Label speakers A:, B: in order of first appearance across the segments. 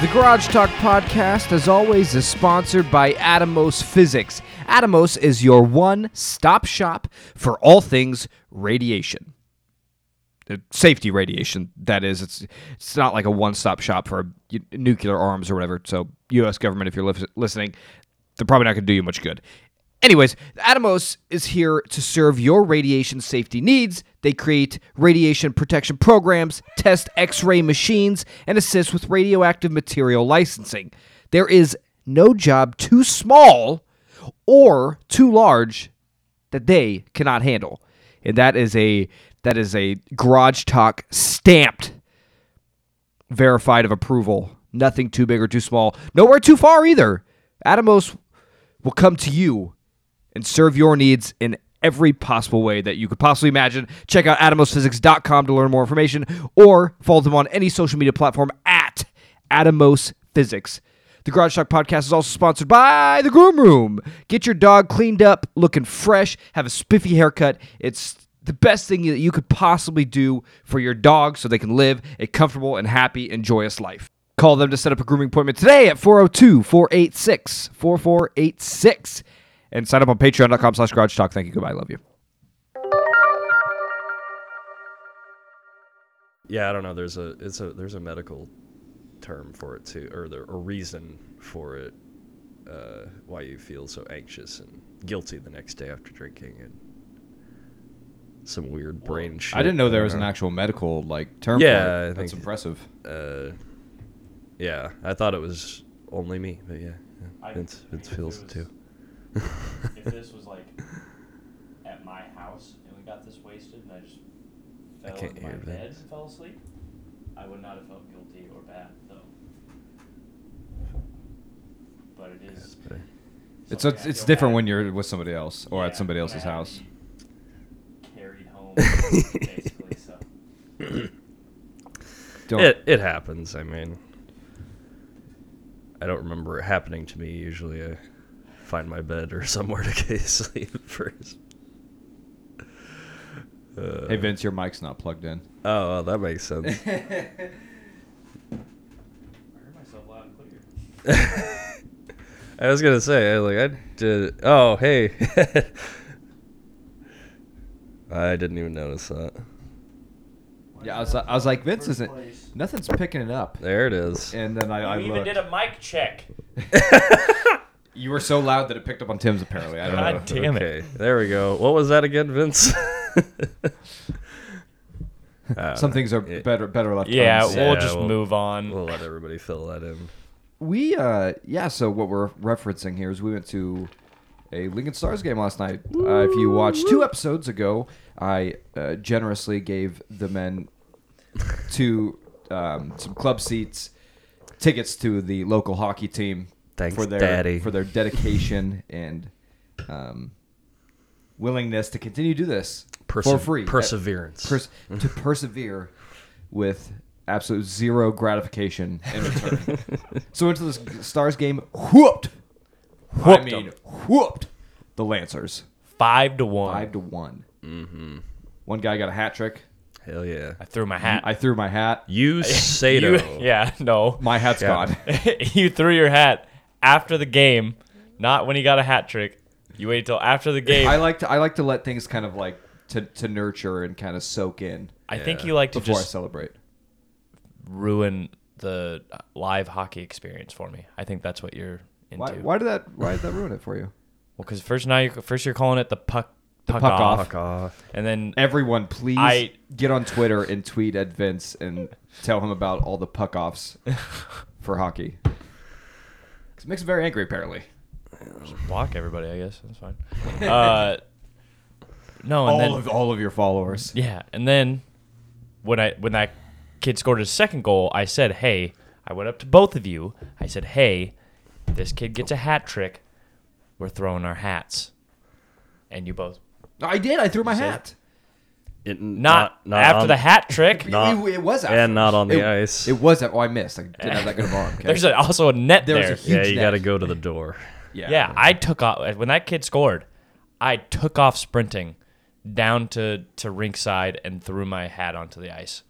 A: The Garage Talk podcast, as always, is sponsored by Atomos Physics. Atomos is your one stop shop for all things radiation. Uh, Safety radiation, that is. It's, it's not like a one stop shop for y- nuclear arms or whatever. So, U.S. government, if you're lis- listening, they're probably not going to do you much good. Anyways, Atomos is here to serve your radiation safety needs. They create radiation protection programs, test x ray machines, and assist with radioactive material licensing. There is no job too small or too large that they cannot handle. And that is a that is a garage talk stamped verified of approval. Nothing too big or too small. Nowhere too far either. Atomos will come to you and serve your needs in every possible way that you could possibly imagine. Check out atomosphysics.com to learn more information or follow them on any social media platform at Atomos Physics. The Garage Talk podcast is also sponsored by The Groom Room. Get your dog cleaned up, looking fresh, have a spiffy haircut. It's the best thing that you could possibly do for your dog so they can live a comfortable and happy and joyous life. Call them to set up a grooming appointment today at 402 486 4486 and sign up on patreon.com slash garage talk. Thank you. Goodbye. Love you.
B: Yeah, I don't know. There's a it's a there's a medical term for it too, or there a reason for it. Uh, why you feel so anxious and guilty the next day after drinking and some weird brain shit.
C: I didn't know there
B: don't
C: was an actual medical like term.
B: Yeah,
C: for it.
B: I
C: that's
B: think-
C: impressive.
B: Uh, yeah, I thought it was only me, but yeah, yeah. Vince, Vince feels it too.
D: if this was like at my house and we got this wasted and I just fell
B: can't
D: in my
B: hear
D: bed
B: Vince.
D: and fell asleep, I would not have felt guilty or bad though. But it is.
B: But, uh,
C: It's
D: something
C: it's,
D: I
C: it's
D: feel
C: different
D: bad-
C: when you're with somebody else or
D: Yeah,
C: at somebody
D: when
C: else's
D: I have
C: house.
D: to be Carried home, basically. So
C: Don't.
B: It it happens. I mean, I don't remember it happening to me. Usually, I find my bed or somewhere to get sleep first. Uh,
C: Hey Vince, your mic's not plugged in.
B: Oh, well, that makes sense.
D: I heard myself loud and clear.
B: I was gonna say, I, like, I did. Oh, hey. I didn't even notice that.
C: Yeah, I was, I was like Vince
D: First
C: isn't.
D: place.
C: Nothing's picking it up.
B: There it is.
C: And then I, I
D: you even
C: looked.
D: did a mic check.
C: You were so loud that it picked up on Tim's apparently. I don't
D: God
C: know.
D: damn it.
B: Oh, Okay, there we go. What was that again, Vince? Uh,
C: Some things are
B: it-
C: better better left.
D: Yeah,
C: unsaid.
D: we'll
B: Yeah,
D: just
B: we'll-
D: move on.
B: We'll let everybody fill that in.
C: We uh yeah, so what we're referencing here is we went to a Lincoln Stars game last night. Uh, if you watched two episodes ago, I uh, generously gave the men two um, some club seats, tickets to the local hockey team
B: Thanks,
C: for their
B: Daddy.
C: for their dedication and um, willingness to continue to do this for
B: Perse-
C: free,
B: perseverance.
C: pers- to persevere with absolute zero gratification in return. so went to this Stars game, whooped. I
D: Whooped
C: mean,
D: 'em.
C: whooped the Lancers
D: Five to one.
C: five to one. Mm-hmm. One guy got a hat trick.
B: Hell yeah.
D: I threw my hat.
C: I threw my hat.
B: You Sato.
D: You- yeah, no.
C: My hat's
B: Yeah.
C: gone.
D: you threw your hat after the game, not when he got a hat trick. You waited till after the game.
C: I
D: I,
C: like to I like to let things kind of like to, to nurture and kind of soak in
D: think
B: Yeah.
D: you like to
C: before I
D: just
C: celebrate.
D: ruin the live hockey experience for me. I think that's what you're into.
C: Why, why did that why did that ruin it for you?
D: Well, because first now you're first you're calling it the puck puck,
C: puck
D: off,
C: off.
B: Fuck off.
D: and then
C: Everyone, please
D: I-
C: get on Twitter and tweet at Vince and tell him about all the puck offs for hockey. 'Cause It makes him very angry, apparently.
D: block everybody. I guess that's fine. Uh, no, and
C: All
D: then
C: of all of your followers.
D: Yeah, and then when I when that kid scored his second goal, I said, "Hey," I went up to both of you. I said, "Hey, this kid gets a hat trick. We're throwing our hats." And you both
C: I did. I threw my
D: See?
C: hat.
B: It-
D: not, after
B: on-
D: the hat trick.
B: Not-
C: it, it was after.
B: and not on the
C: It-
B: ice.
C: It was. At, oh, I missed. I didn't have that good of arm. Okay?
D: There's a, also a net
C: There
D: there.
C: was a
B: yeah,
C: huge
B: you got to
C: net.
B: go to the door.
D: yeah, I took off uh, when that kid scored. I took off sprinting down to to rink side and threw my hat onto the ice.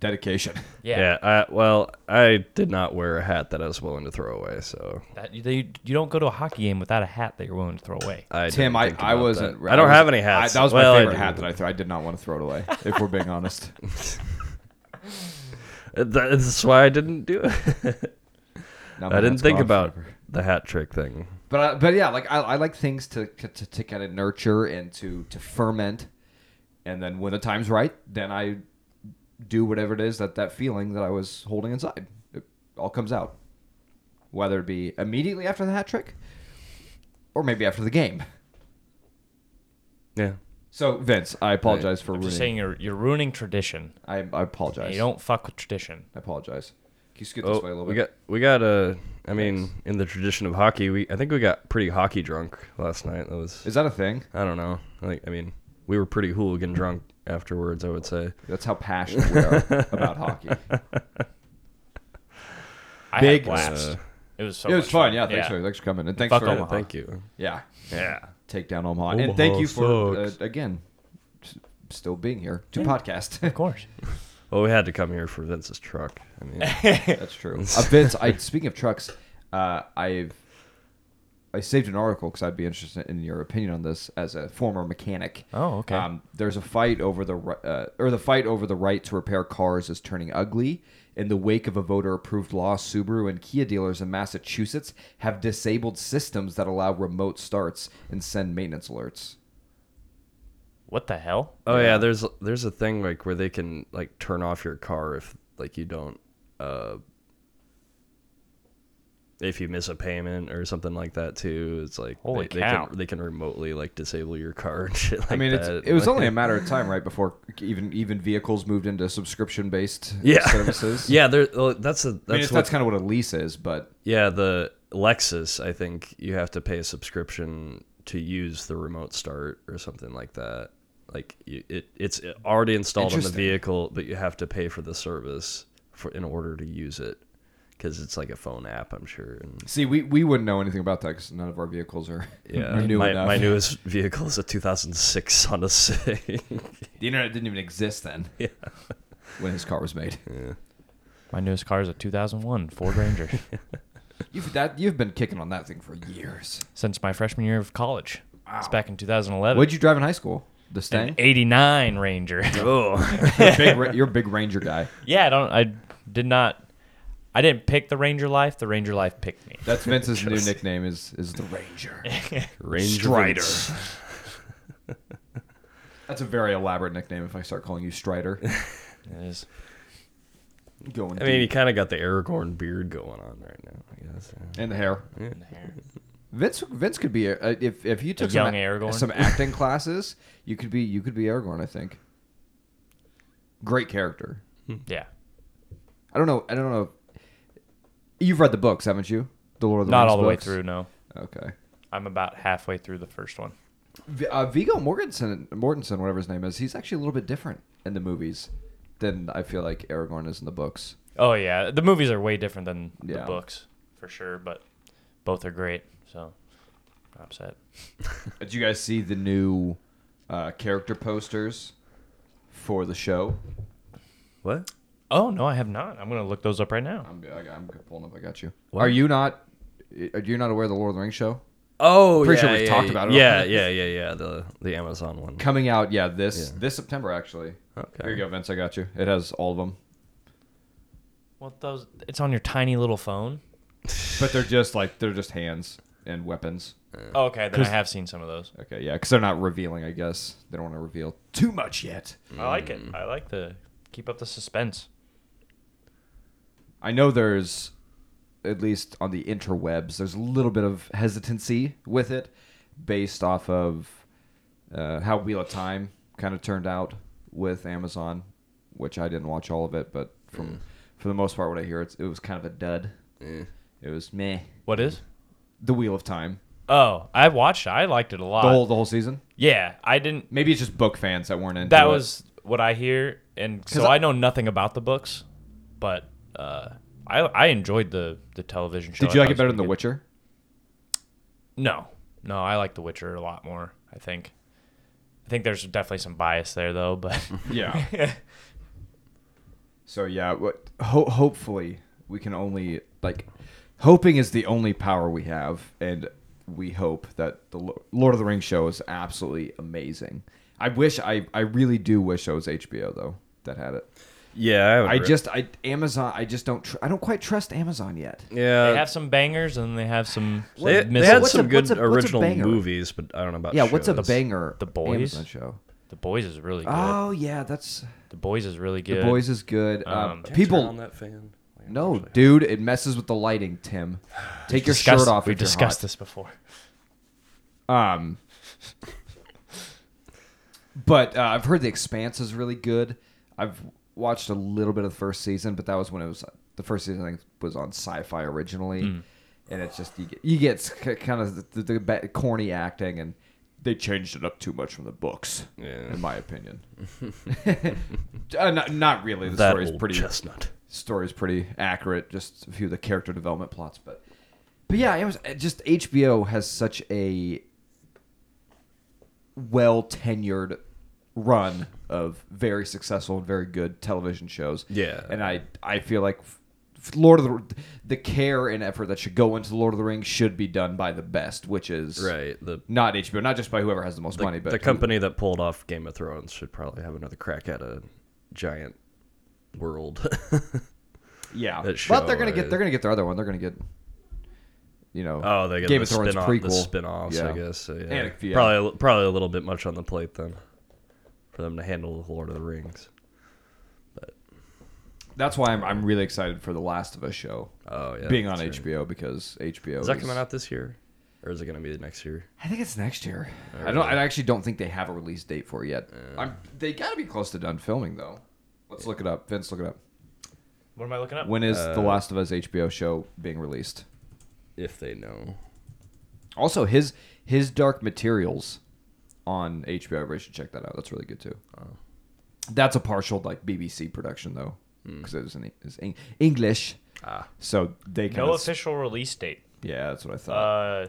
C: dedication.
D: Yeah.
B: I, well, I did not wear a hat that I was willing to throw away, so
D: That, you, you you don't go to a hockey game without a hat that you're willing to throw away.
B: I
C: Tim,
B: didn't
C: I,
B: think
C: I
B: about
C: wasn't.
B: That. I don't
C: was-
B: have any hats.
C: I, that was
B: Well, I
C: my favorite
B: do.
C: hat that I threw. I did not want to throw it away. if we're being honest,
B: That's why I didn't do it.
C: Now
B: I
C: that
B: didn't
C: hat's
B: think
C: gone
B: about
C: forever.
B: the hat trick thing.
C: But I, but yeah, like I, I like things to, to to kind of nurture and to to ferment, and then when the time's right, then I do whatever it is that that feeling that I was holding inside, it all comes out, whether it be immediately after the hat trick, or maybe after the game.
B: Yeah.
C: So Vince, I apologize for
D: I'm
C: ruining.
D: just saying you're you're ruining tradition.
C: I I apologize.
D: And you don't fuck with tradition.
C: I apologize. Can you scoot this way a
B: Oh,
C: little
B: we
C: bit?
B: got we got uh, I mean, in the tradition of hockey, we I think we got pretty hockey drunk last night. That was
C: is that a thing?
B: I don't know. I think I mean we were pretty hooligan drunk afterwards. I would say.
C: That's how passionate we are about hockey.
D: I
C: Big
D: had a blast.
B: Uh,
D: it was so
C: It was
D: much
C: fun. Yeah, thanks for thanks for coming and thanks
D: Fuck
C: for
D: Omaha.
B: Thank you.
C: yeah.
B: Yeah.
C: take down Omaha.
B: Omaha
C: and thank you for uh,
B: sucks.
C: again s- still being here to podcast.
D: Of course.
B: Well, we had to come here for Vince's truck. I mean,
C: That's true. Uh, Vince, I speaking of trucks, uh, I've I saved an article because I'd be interested in your opinion on this as a former mechanic.
D: Oh, okay.
C: Um, there's a fight over the ri- uh, or the fight over the right to repair cars is turning ugly. In the wake of a voter-approved law, Subaru and Kia dealers in Massachusetts have disabled systems that allow remote starts and send maintenance alerts.
D: What the hell?
B: oh yeah. there's there's a thing like where they can like turn off your car if like you don't uh if you miss a payment or something like that too. It's like
D: Holy
B: they,
D: cow.
B: They can, they can remotely like disable your car and shit like
C: I mean, it's,
B: that.
C: it was
B: Like-
C: only a matter of time, right, before even even vehicles moved into subscription based
B: yeah
C: services.
B: yeah, there. well, That's a
C: I mean, it's-
B: that's
C: that's,
B: what
C: kind of what a lease is, but
B: Yeah, the Lexus, I think you have to pay a subscription to use the remote start or something like that. Like you, it, it's already installed on the
C: Interesting.
B: vehicle, but you have to pay for the service for in order to use it because it's like a phone app, I'm sure. And
C: see, we, we wouldn't know anything about that because none of our vehicles are
B: yeah,
C: are new
B: my,
C: Hmm. enough.
B: my newest vehicle is a 2006 Honda Civic.
C: the internet didn't even exist then.
B: Yeah.
C: When his car was made,
D: My newest car is a 2001 Ford Ranger.
C: you've that you've been kicking on that thing for years.
D: Since my freshman year of college. It's back in
B: Uh,
D: 2011.
C: What'd you drive in high school? The
D: An
C: Stang.
D: 89 Ranger.
B: oh,
C: you're, a big, ra- you're a big Ranger guy.
D: yeah, I don't. I did not. I didn't pick the Ranger life. The Ranger life picked me.
C: That's Vince's new nickname is is the Ranger.
B: Ranger
C: Strider.
B: Vince.
C: That's a very elaborate nickname. If I start calling you Strider,
D: It is.
C: going
B: I mean, you kind of got the Aragorn beard going on right now. I guess. yeah.
C: and the hair.
D: in there.
C: Vince Vince could be a, a- if if you took
D: young
C: some,
D: Aragorn?
C: some acting classes, you could be you could be Aragorn. I think. Great character.
D: Yeah.
C: I don't know. I don't know. You've read the books, haven't you? The Lord of the
D: Not
C: Rings
D: all the way
C: books?
D: through. No.
C: Okay. V-
D: I'm about halfway through the first one.
C: Uh, Vigo Mortensen, Mortensen, whatever his name is, he's actually a little bit different in the movies than I feel like Aragorn is in the books.
D: Oh yeah, the movies are way different than the
C: Yeah.
D: books for sure, but both are great. So I'm upset.
C: Did you guys see the new uh, character posters for the show?
B: What?
D: Oh no, I have not. I'm gonna look those up right now.
C: I'm, I, I'm good pulling up. I got you.
B: What?
C: Are you not? Are you not aware of the Lord of the Rings show
B: Oh,
C: Pretty
B: yeah,
C: sure we've
B: yeah,
C: talked
B: yeah,
C: about it
B: Yeah,
C: already.
B: yeah, yeah, yeah. The the Amazon one.
C: coming out? Yeah, this
B: Yeah.
C: this September actually.
B: Okay.
C: Here you go, Vince. I got you. It has all of them,
D: Well, those it's on your tiny little phone.
C: but they're just like they're just hands and weapons.
D: Oh, okay, then I have seen some of those.
C: Okay, yeah, because they're not revealing. I guess they don't want to reveal too much yet.
D: I like it. I like to keep up the suspense.
C: I know there's at least on the interwebs there's a little bit of hesitancy with it based off of uh, how Wheel of Time kind of turned out with Amazon, which I didn't watch all of it, but from for the most part, what I hear, it's, it was kind of a dud. It was meh.
D: What is?
C: The Wheel of Time,
D: Oh, I watched. it. I liked it a lot.
C: the whole the whole season.
D: yeah, I didn't.
C: Maybe it's just book fans that weren't into
D: That
C: it.
D: was what I hear, and so
C: 'Cause I-
D: I, know nothing about the books, but uh, I I enjoyed the the television show.
C: Did you
D: I
C: like
D: thought
C: it better than The
D: pretty good.
C: Witcher?
D: No, no, I like The Witcher a lot more. I think, I think there's definitely some bias there though, but
C: Yeah. So yeah, what, ho- hopefully we can only like hoping is the only power we have, and we hope that the Lo- Lord of the Rings show is absolutely amazing. I wish I I really do wish it was HBO though that had it.
B: Yeah, I,
D: Oh,
B: haven't
C: I
B: re-
C: just I Amazon I just don't tr- I don't quite trust Amazon yet.
B: yeah.
D: they have some bangers and they have some.
B: They, they
D: misses.
B: had
C: what's a-
B: some
C: what's
B: good
C: a- what's a
B: original
C: banger?
B: movies, but I don't know about
C: Yeah, what's a
B: shows.
C: banger?
D: The Boys?
C: Amazon show.
D: the boys is really good.
B: Ah.
C: Oh yeah, that's
D: the boys is really
C: the
D: good.
C: boys is good. Um,
D: Um, Can
B: Can I
C: people
B: turn on that fan? Like,
C: No,
B: actually-
C: dude, it messes with the lighting, Tim. Take your
D: Discussed-
C: shirt off.
D: We've
C: if you're
D: discussed
C: hot.
D: this before.
C: Um, but uh, I've heard The Expanse is really good. I've watched a little bit of the first season, but that was when it was the first season. I think was on Sci-Fi originally, and it's just you get, you get c- kind of the, the ba- corny acting, and they changed it up too much from the books,
B: Yeah.
C: in my opinion. uh, not, not really. The
B: that
C: story's
B: old
C: pretty
B: chestnut.
C: story's pretty accurate. Just a few of the character development plots, but but yeah, it was it just HBO has such a well tenured run of very successful and very good television shows.
B: Yeah.
C: and I I feel like f- Lord of the the care and effort that should go into Lord of the Rings should be done by the best, which is
B: Right. The
C: Not HBO, not just by whoever has the most
B: the,
C: money, but
B: the company that pulled off Game of Thrones should probably have another crack at a giant world.
C: Yeah,
B: that show,
C: but they're gonna
B: uh,
C: get they're gonna get their other one. They're gonna get, you know,
B: oh, they got
C: Game
B: the
C: of Thrones
B: spin-off,
C: prequel
B: the spin-offs,
C: yeah.
B: I guess. So, yeah.
C: And a- yeah.
B: Probably a li- probably a little bit much on the plate then for them to handle the Lord of the Rings.
C: That's why I'm I'm really excited for the Last of Us show
B: Oh yeah,
C: being on
B: that's right.
C: HBO because HBO
B: Is that coming out this year, or is it going to be the next year?
C: I think it's next year. I don't. I actually don't think they have a release date for it yet. I'm, they got to be close to done filming though. Let's look it up. Vince, look it up.
D: What am I looking up?
C: When is
B: Uh,
C: the Last of Us HBO show being released?
B: If they know.
C: Also, his his Dark Materials on HBO. Everybody should check that out. That's really good too. That's a partial like BBC production though, because it was in, it's Eng- English.
B: Ah.
C: So they kind
D: no
C: of
D: official release date.
C: yeah. That's what I thought.
D: Uh,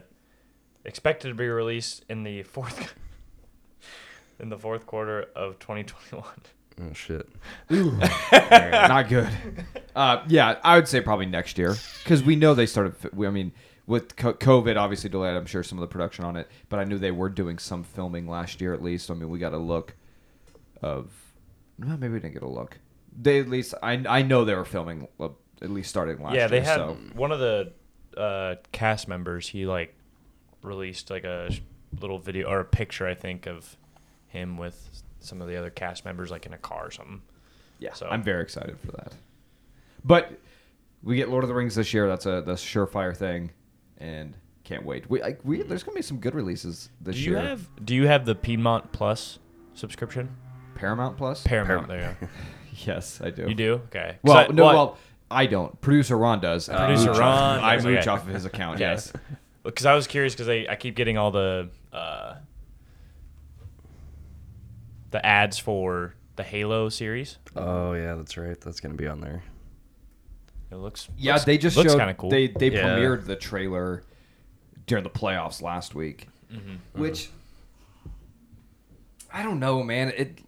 D: expected to be released in the fourth in the fourth quarter of 2021.
B: Oh shit.
C: Not good. Uh, yeah, I would say probably next year because we know they started. We, I mean, with co- COVID, obviously delayed. I'm sure some of the production on it, but I knew they were doing some filming last year at least. I mean, we got a look of. Well, maybe we didn't get a look. They at least I I know they were filming uh, at least starting last
D: yeah,
C: year.
D: they had
C: so.
D: one of the uh, cast members. He like released like a sh- little video or a picture, I think, of him with some of the other cast members, like in a car or something.
C: Yeah,
D: So-
C: I'm very excited for that. But we get Lord of the Rings this year. That's a that's a surefire thing, and can't wait. We like we there's gonna be some good releases this
D: Do you
C: year.
D: have Do you have the Piedmont Plus subscription?
C: Paramount Plus?
D: Paramount. There you
C: yes, I do.
D: go. You do? Okay. 'Cause
C: Well,
D: I-
C: no,
D: I-
C: well, I don't. Producer Ron does. and I
D: Producer
C: mooch off-
D: Ron
C: I
D: does,
C: mooch
D: okay.
C: off of his account. Yes.
D: Because I was curious because I, I keep getting all the uh, the ads for the Halo series.
B: Oh yeah, that's right. That's going to be on there.
D: It looks
C: Yeah,
D: looks-
C: they just
D: looks
C: showed.
D: kind of cool.
C: They they
B: Yeah.
C: premiered the trailer during the playoffs last week,
D: Mm-hmm.
C: which I don't know, man. It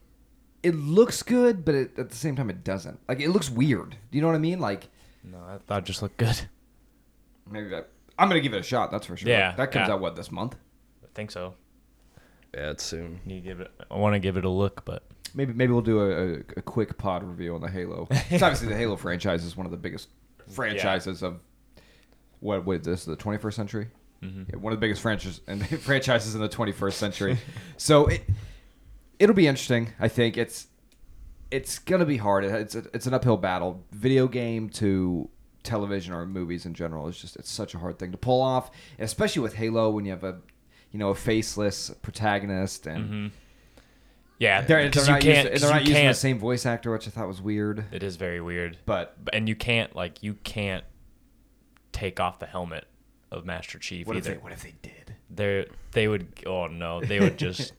C: it looks good, but it, at the same time, it doesn't. Like it looks weird. Do you know what I mean? Like
D: no, I thought it just looked good.
C: maybe that, I'm gonna give it a shot. That's for sure.
D: Yeah,
C: that comes
D: yeah.
C: out what this month?
D: I think so.
B: Yeah, it's soon.
D: Need to give it. I want to give it a look, but
C: Maybe maybe we'll do a, a, a quick pod review on the Halo. It's obviously the Halo franchise is one of the biggest franchises of what what is this the 21st century? Yeah, one of the biggest franchises and franchises in the 21st century. so it it'll be interesting. I think it's it's gonna be hard. It- It's it's an uphill battle. Video game to television or movies in general is just it's such a hard thing to pull off, especially with Halo when you have a you know a faceless protagonist
D: Mm-hmm.
C: and.
D: yeah,
C: They're, they're
D: because
C: not,
D: you can't.
C: using,
D: 'cause
C: they're not
D: you
C: using the
D: can't-
C: same voice actor, which I thought was weird.
D: It is very weird,
C: But
D: B- and you can't like you can't take off the helmet of Master Chief
C: what if,
D: either.
C: they, what if they did?
D: they they would oh no they would just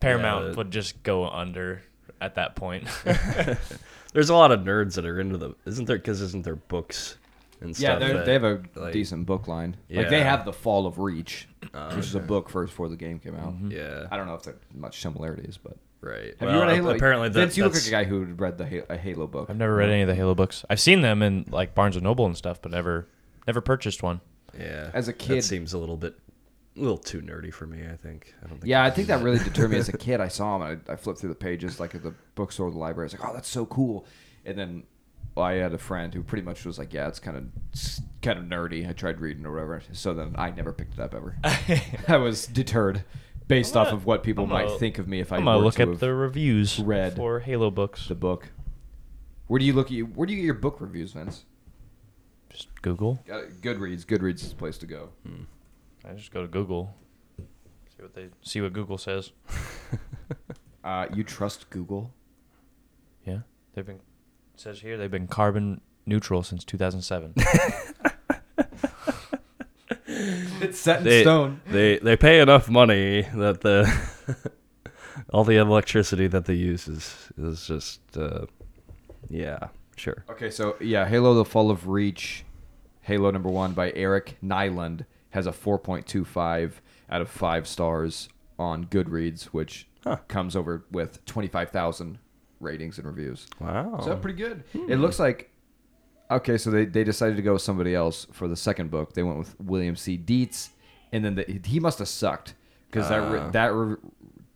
D: paramount
B: Yeah.
D: would just go under at that point
B: There's a lot of nerds that are into the. Isn't there? Because isn't there books and
C: Yeah,
B: stuff?
C: they're-
B: that,
C: they have a
B: like-
C: decent book line. Like they
B: Yeah.
C: have the Fall of Reach, which is a book first before the game came out.
B: Yeah.
C: I don't know if there's much similarities, but
B: Right.
C: Have
B: Mm-hmm. well,
C: you read a
B: ap-
C: Halo?
B: Apparently, that,
C: Vince, you look
B: that's-
C: like a guy who read the Ha- a Halo book.
D: I've never read any of the Halo books. I've seen them in like Barnes and Noble and stuff, but never never purchased one.
B: Yeah.
C: As a
B: that
C: kid-
B: seems a little bit, a little too nerdy for me. I think. I don't think.
C: Yeah, I think that really deterred me as a kid. I saw him and I, I flipped through the pages like at the bookstore, or the library. I was like, "Oh, that's so cool!" And then I had a friend who pretty much was like, "Yeah, it's kind of it's kind of nerdy." I tried reading or whatever, so then I never picked it up ever. I was deterred based off of what people
D: I'm
C: might
D: gonna-
C: think of me if I
D: I'm gonna
C: were
D: look
C: to
D: up
C: have
D: the reviews
C: read
D: for Halo books.
C: the book. Where do you look at you? Where do you get your book reviews, Vince?
D: Just Google.
C: Uh, Goodreads. Goodreads is the place to go.
D: I just go to Google. See what they see what Google says. Hmm.
C: Uh, you trust Google?
D: Yeah, they've been it says here they've been carbon neutral since 2007.
C: It's set in
B: They,
C: stone.
B: they they pay enough money that the all the electricity that they use is is just uh, yeah sure
C: Okay, so yeah, Halo: The Fall of Reach, Halo number one by Eric Nyland has a 4.25 out of five stars on Goodreads, which comes over with 25,000 ratings and reviews.
B: wow
C: So pretty good. Um, hmm. It looks like okay. So they, they decided to go with somebody else for the second book. They went with William C. Dietz, and then the, he must have sucked because that re- that re-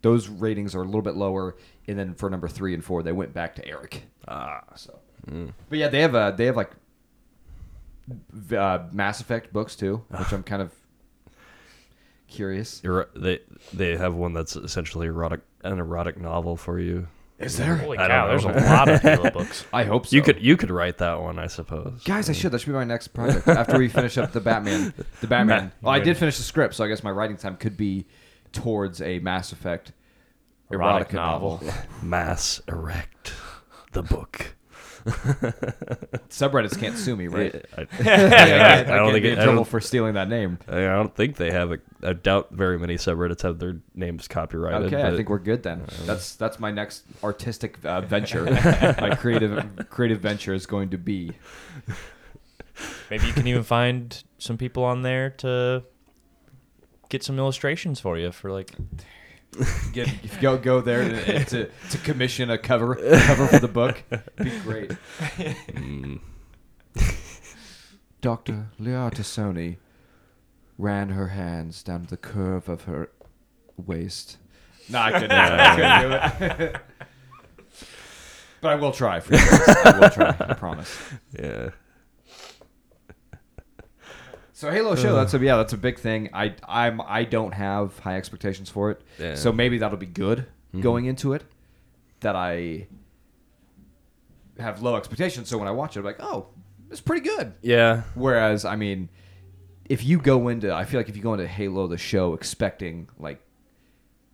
C: those ratings are a little bit lower. And then for number three and four, they went back to Eric. Ah, so but yeah, they have uh, they have like v- uh, Mass Effect books too, which I'm kind of curious.
B: Ero- they they have one that's essentially erotic an erotic novel for you
C: Is there?
D: Holy
B: I don't
D: cow!
B: know.
D: There's a lot of Halo books.
C: I hope so.
B: you could you could write that one I suppose
C: Guys, I should. That should be my next project after we finish up the Batman. The Batman. Well, I did finish the script, so I guess my writing time could be towards a Mass Effect
D: Erotic
C: erotica novel.
B: mass erect the book
C: Subreddits can't sue me, right? I,
B: I, I
C: don't think
B: don't think
C: be in
B: it- I don't-
C: trouble for stealing that name.
B: I don't think they have a I doubt very many subreddits have their names copyrighted
C: Okay, I
B: but-
C: think we're good then. That's that's my next artistic uh, venture. my creative creative venture is going to be
D: Maybe you can even find some people on there to get some illustrations for you for like
C: get go go there to, to, to commission a cover cover for the book. Be great. Mm. Dr. Liartisoni ran her hands down the curve of her waist. No, I couldn't, do it. I couldn't do it. but I will try for you. guys. I will try. I promise.
B: yeah
C: So Halo show
B: Uh.
C: that's a yeah that's a big thing. I I'm I don't have high expectations for it.
B: Yeah. Mm-hmm.
C: So maybe that'll be good going into it. That I have low expectations, so when I watch it, I'm like, oh, it's pretty good.
B: yeah
C: Whereas, I mean, if you go into, I feel like if you go into Halo the show expecting like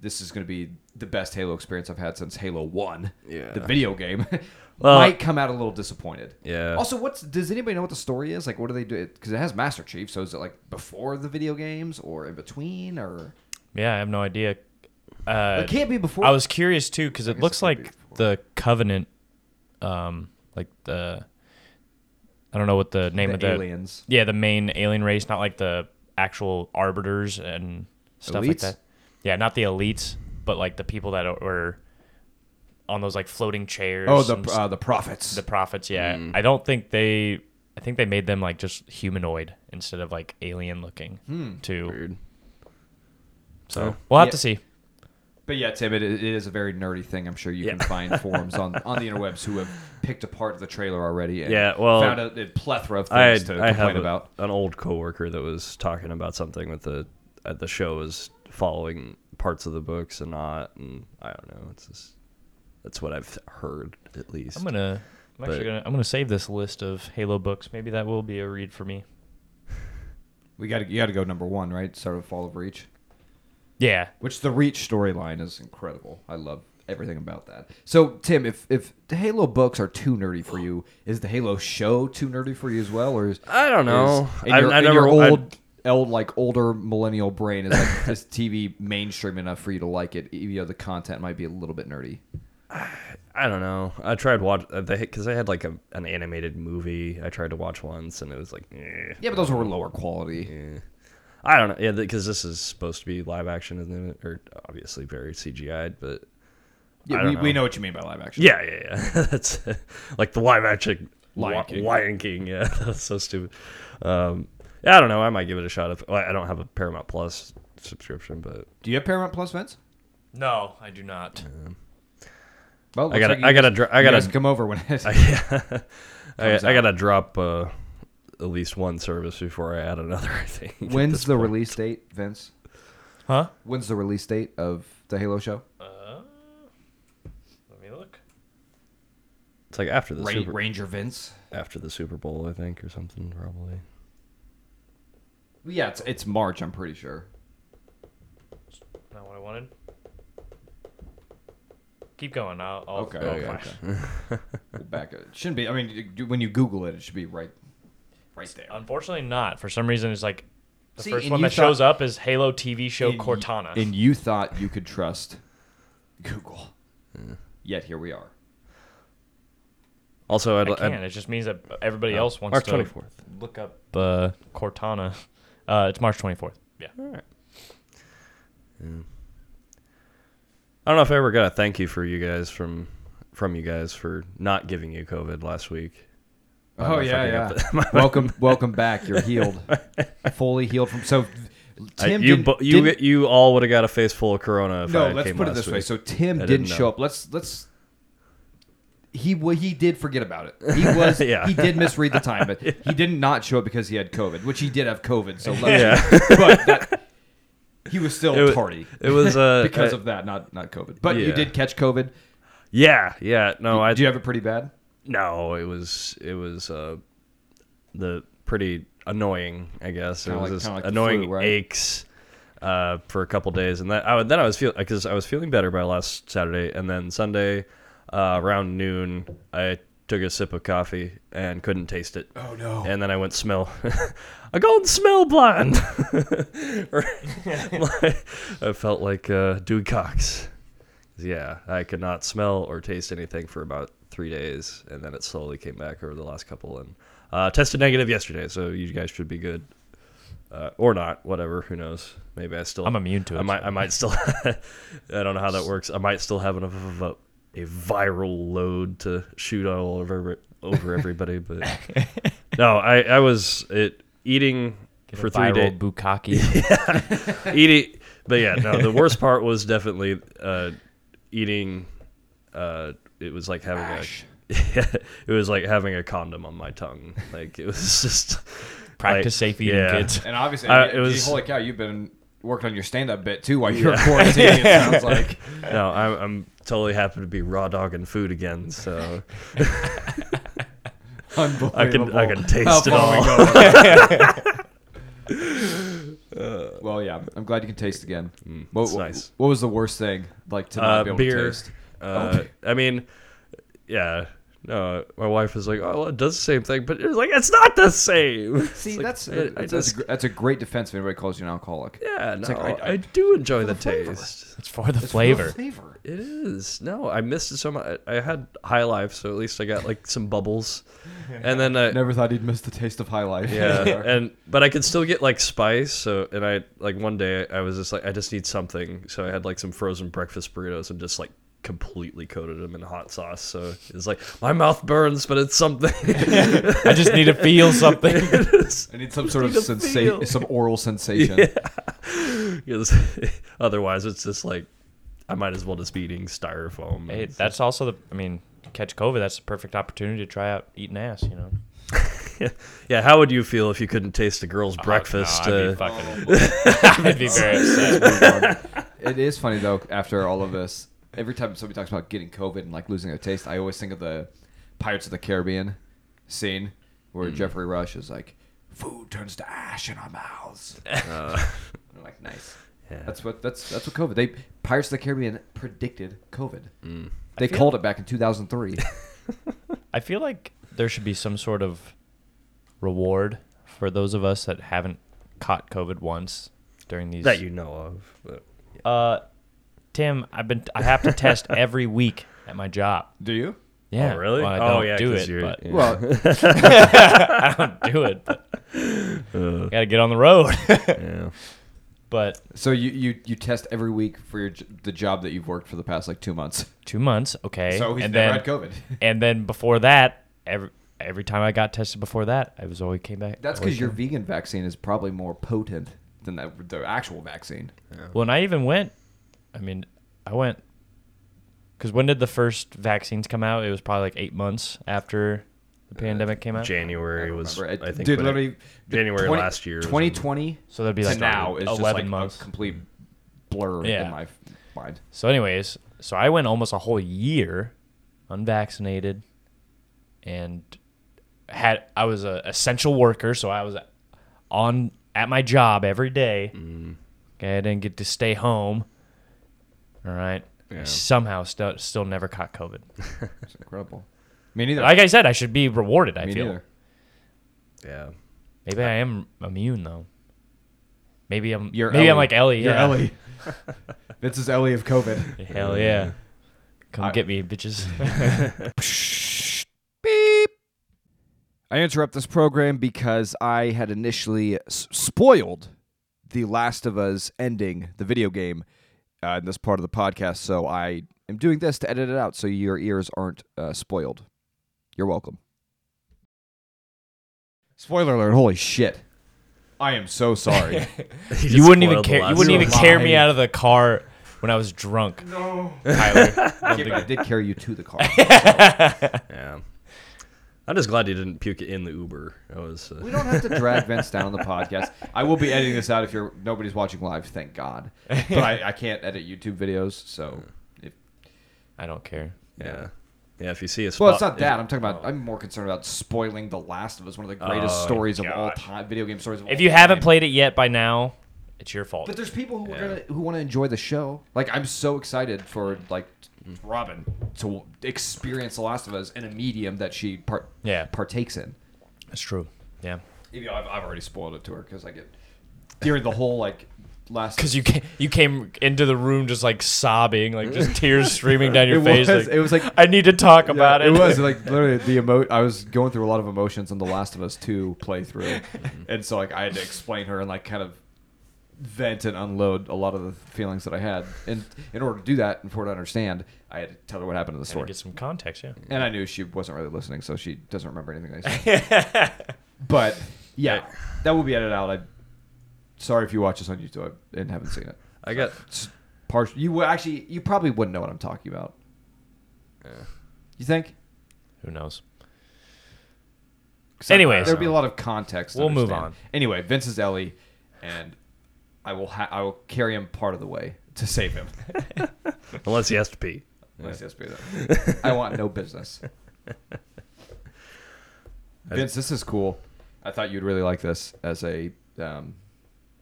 C: this is going to be the best Halo experience I've had since Halo One,
B: Yeah.
C: the video game,
B: Well-
C: might come out a little disappointed.
B: Yeah.
C: Also, what's does anybody know what the story is? Like, what do they do? Because it has Master Chief, so is it like before the video games or in between or?
D: yeah I have no idea. Uh,
C: it can't be before.
D: I was curious too because it
C: guess
D: looks
C: it could be
D: like the Covenant, um, like the I don't know what the name
C: The
D: of the
C: aliens.
D: Yeah, the main alien race, not like the actual arbiters and stuff
C: Elites?
D: like that. Yeah, not the elites, but like the people that were on those like floating chairs.
C: oh the
D: and s-
C: uh, the prophets.
D: the prophets. Yeah, I don't think they. I think they made them like just humanoid instead of like alien looking too.
B: weird
D: So we'll have
C: Yeah.
D: to see.
C: But yeah, Tim, it, it is a very nerdy thing. I'm sure you can find forums on, on the interwebs who have picked apart the trailer already. And
B: Yeah, well,
C: found a, a plethora of
B: I
C: things
B: had-
C: to
B: I
C: complain
B: have a-
C: about.
B: an old coworker that was talking about something with the at the show was following parts of the books and not, and I don't know. It's just that's what I've heard at least.
D: I'm gonna. I'm actually
B: But-
D: gonna. I'm gonna save this list of Halo books. Maybe that will be a read for me.
C: We got to you got to go number one, right? Start with Fall of Reach,
D: Yeah.
C: which the Reach storyline is incredible. I love everything about that. So, Tim, if if the Halo books are too nerdy for you, is the Halo show too nerdy for you as well, or is
B: I don't know.
C: Is, in
B: I-
C: your,
B: I
C: in
B: never-
C: your
B: I-
C: old, old like older millennial brain is like this TV mainstream enough for you to like it, even though the content might be a little bit nerdy.
B: I don't know. I tried watch uh, they because they had like a, an animated movie. I tried to watch once and it was like, eh.
C: Yeah, but those were lower quality.
B: I don't know. Yeah, because this is supposed to be live action, isn't it? Or obviously very CGI'd, but I
E: Yeah,
B: don't
E: we, we
B: know.
E: know what you mean by live action.
B: Yeah, yeah, yeah. That's like the live action
E: Lion
B: Lion,
E: King.
B: Lion King. Yeah, that's so stupid. Um, yeah, I don't know. I might give it a shot. If well, I don't have a Paramount Plus subscription, but
E: Do you have Paramount Plus, Vince?
D: No, I do not.
E: Well,
B: I gotta, I gotta, dr- I gotta,
E: come over when it's.
B: I, I,
E: out.
B: gotta drop uh, at least one service before I add another. I think. at
C: When's
B: this
C: the
B: point.
C: release date, Vince?
D: Huh?
C: When's the release date of the Halo show?
D: Uh, let me look.
B: It's like after the
E: Ra-
B: Super,
E: Ranger Vince.
B: after the Super Bowl, I think, or something, probably.
C: Yeah, it's it's March. I'm pretty sure.
D: Not what I wanted. Keep going. I'll. I'll
C: Okay,
D: I'll
C: okay,
D: flash.
C: We'll back it. it shouldn't be. I mean, you- you- when you Google it, it should be right, right there.
D: Unfortunately, not. For some reason, it's like the
C: See,
D: first
C: and
D: one
C: you
D: that shows
C: thought-
D: up is Halo TV show
C: And y-
D: Cortana.
C: And you thought you could trust Google. Yet here we are.
B: Also,
C: uh,
B: I'd,
D: I
B: I'd-
D: can't. It just means that everybody else wants
B: March
D: to
B: 24th.
D: look up uh, Cortana. Uh, it's March 24th. Yeah.
B: I don't know if I ever got a thank you for you guys from from you guys for not giving you COVID last week. I'm
C: Oh
B: not
C: yeah,
B: fucking up
C: yeah.
B: the-
C: welcome, welcome back. You're healed, fully healed from. So,
B: I-
C: Tim,
B: you
C: didn't-
B: bo- you
C: didn't-
B: you all would have got a face full of corona. If
C: no.
B: I
C: Let's
B: came
C: put it
B: last
C: this way.
B: week.
C: So Tim
B: I
C: didn't,
B: didn't
C: show
B: know.
C: up. Let's let's. He wa he did forget about it. He was
B: Yeah.
C: he did misread the time, but he did not show up because he had COVID, which he did have COVID. So let
B: yeah,
C: but that, he was still
B: It was-
C: tardy
B: it was uh,
C: because
B: uh,
C: of that, not not COVID. But you
B: Yeah.
C: did catch COVID.
B: yeah, yeah. No, I
C: Do you have it pretty bad?
B: no. It was it was uh, the pretty annoying. I guess
C: Kinda
B: it was
C: like-
B: this
C: kinda like the
B: annoying
C: flu, right?
B: aches uh, for a couple days, and that I, would- then I was feeling because I was feeling better by last Saturday, and then Sunday uh, around noon I took a sip of coffee and couldn't taste it. Oh no! And then I went smell. I gone smell blind. Or- I felt like uh, Dewey Cox. Yeah, I could not smell or taste anything for about three days, and then it slowly came back over the last couple. And uh, tested negative yesterday, so you guys should be good, uh, or not, whatever. Who knows? Maybe I still
D: I'm immune to it,
B: I might I might still I don't know how that works. I might still have enough of a, a viral load to shoot all over over everybody, but no, I I was it eating
D: Get
B: for
D: a
B: three days
D: viral bukkake.
B: eating. But yeah, no. The worst part was definitely uh, eating. Uh, it was like having a. it was like having a condom on my tongue. Like it was just.
D: Practice safe eating,
B: yeah.
D: kids.
E: And obviously,
B: Uh,
E: you-
B: it was-
E: holy cow, you've been working on your stand up bit too while you were quarantining, it sounds like.
B: No, I'm, I'm totally happy to be raw dog and food again. So
E: Unbelievable.
B: I can I can taste
E: How
B: it
E: far
B: all.
E: we go.
C: Well, yeah. I'm glad you can taste again. what, what-
B: it's Mm, nice.
C: What was the worst thing like to not
B: uh,
C: be able to
B: beer.
C: taste?
B: Uh, I mean, yeah. No, my wife is like, oh, well, it does the same thing, but it's like it's not the same.
C: See,
B: It's like,
C: that's
B: I- I
C: that's,
B: just-
C: a, gr- that's a great defense if anybody calls you an alcoholic.
B: yeah. No,
C: like, I-
B: I, I do enjoy the taste.
D: It's for the flavor.
C: Flavor.
B: It is. No, I missed it so much. I I had high life, so at least I got like some bubbles, and then I,
C: Never thought he'd miss the taste of high life.
B: yeah, and but I could still get like spice. So and I like one day I was just like I just need something, so I had like some frozen breakfast burritos and just like completely coated them in hot sauce. So it's like my mouth burns, but it's something.
D: I just need to feel something.
C: I need some sort of
B: Just need to
C: sensation,
B: feel.
C: some oral sensation.
B: 'Cause otherwise, it's just like I might as well just be eating styrofoam.
D: hey, that's also the. I mean, catch COVID. That's the perfect opportunity to try out eating ass. You know.
B: yeah, how would you feel if you couldn't taste a girl's breakfast?
D: Oh, No, I'd
B: uh,
D: be fucking. I'd be very upset.
C: it is funny though. After all of this, every time somebody talks about getting COVID and like losing their taste, I always think of the Pirates of the Caribbean scene where
D: Hmm.
C: Jeffrey Rush is like, "Food turns to ash in our mouths."
D: uh,
C: I'm like, nice. That's what that's that's what COVID. They Pirates of the Caribbean predicted COVID. They
D: Hmm. feel-
C: called it back in 2003.
D: I feel like there should be some sort of reward for those of us that haven't caught COVID once during these.
B: that you know of. But.
D: Uh, Tim, I've been. I have to test every week at my job.
E: Do you?
D: Yeah.
B: Oh, really?
D: Well, I
B: Oh,
D: don't
B: yeah,
D: do
B: 'cause
D: it,
B: you're-
D: but
B: yeah.
C: well, Uh.
D: I don't do it. But gotta get on the road.
B: Yeah.
D: But
C: So you, you you test every week for your j- the job that you've worked for the past like two months.
D: two months, okay.
C: So he's
D: Eh? and
C: never
D: then,
C: had COVID.
D: And then before that, every every time I got tested before that, I was always came back.
C: That's
D: always
C: because your
D: came-
C: vegan vaccine is probably more potent than that, the actual vaccine.
D: Well, and I even went. I mean, I went because when did the first vaccines come out? It was probably like eight months
C: Uh,
D: after the pandemic came out.
B: January was
C: Remember,
B: I think
C: dude,
B: when it-
C: literally
B: January
C: 20
B: last year was when-
C: 2020
D: So that'd be
C: to
D: like
C: now is
D: 11
C: just like
D: months.
C: a complete blur
D: Yeah.
C: in my f- mind.
D: So, anyways, so I went almost a whole year unvaccinated and had I was a essential worker, so I was on at my job every day.
C: Mm.
D: Okay, I didn't get to stay home. All right. I somehow still still never caught COVID.
C: It's incredible. Me neither.
D: Like I said, I should be rewarded, I
C: Me
D: feel.
C: neither.
B: yeah.
D: Maybe I am immune though. Maybe I'm
C: You're
D: maybe I'm
C: Ellie.
D: like Ellie,
C: You're
D: yeah.
C: Ellie. this is Ellie of COVID.
D: Hell yeah. Come
C: I-
D: get me, bitches.
A: Beep. I interrupt this program because I had initially s- spoiled The Last of Us ending, the video game, uh, in this part of the podcast. So I am doing this to edit it out so your ears aren't uh, spoiled. You're welcome.
C: Spoiler alert! Holy shit! I am so sorry.
B: He
D: you
B: just
D: wouldn't
B: spoiled
D: even
B: the
D: care. You
B: last
D: wouldn't
B: one.
D: even carry me out of the car when I was drunk. No, Tyler.
C: I did- I did carry you to the car.
B: Yeah. I'm just glad you didn't puke it in the Uber. I was. Uh,
C: We don't have to drag Vince down on the podcast. I will be editing this out if you're nobody's watching live. Thank God, but I, I can't edit YouTube videos, so. If,
D: I don't care.
B: yeah. Yeah. If you see a spot.
C: well, it's not that. I'm talking
D: oh.
C: about. I'm more concerned about spoiling The Last of Us, one of the greatest stories of all time, video game stories. Of
D: If
C: all
D: you
C: time.
D: haven't played it yet by now, it's your fault.
C: but there's people who are gonna, who want to enjoy the show. Like I'm so excited for like Robin to experience The Last of Us in a medium that she part
D: Yeah.
C: partakes in.
D: That's true. Yeah.
C: Even though I've, I've already spoiled it to her because I get during the whole like last
D: Because you came, you came into the room just like sobbing, like just tears streaming down your
C: It
D: face.
C: was-
D: like,
C: it was like-
D: I need to talk about it.
C: it was like literally the emo. I was going through a lot of emotions on the Last of Us two playthrough, and so like I had to explain her and like kind of vent and unload a lot of the feelings that I had. And in order to do that and for her to understand, I had to tell her what happened in the
D: Gotta
C: story.
D: get some context. Yeah.
C: And I knew she wasn't really listening, so she doesn't remember anything I said. but yeah, that will be edited out. I sorry if you watch this on YouTube and haven't seen it.
B: I got.
C: Partial. You would actually, you probably wouldn't know what I'm talking about. You think?
D: Who knows?
C: 'Cause I-
D: Anyways.
C: there'd be a lot of context. to
D: We'll move
C: understand.
D: on.
C: Anyway, Vince is Ellie, and I will ha- I will carry him part of the way to save him.
B: Unless he has to pee.
C: Let's just be that. I want no business. Vince, this is cool. I thought you'd really like this. As a, um,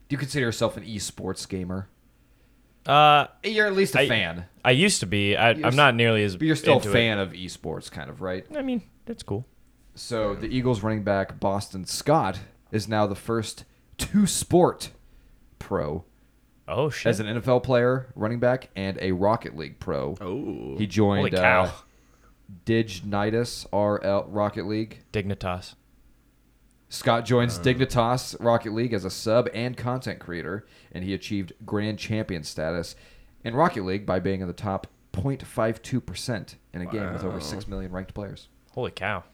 C: do you consider yourself an esports gamer?
D: Uh,
C: You're at least a
D: I-
C: fan,
D: I used to be. I,
C: You're s-
D: I'm not nearly as.
C: but you're still a
D: into it.
C: fan of esports, kind of, right?
D: I mean, that's cool.
C: So the Eagles running back Boston Scott is now the first two sport pro
D: Oh shit.
C: as an NFL player, running back, and a Rocket League pro.
B: Oh.
C: He joined
D: Holy cow.
C: Uh, Dignitas RL Rocket League.
D: Dignitas.
C: Scott joins
D: Uh.
C: Dignitas Rocket League as a sub and content creator, and he achieved grand champion status in Rocket League by being in the top 0.52% in a game with over 6 million ranked players.
D: Holy cow.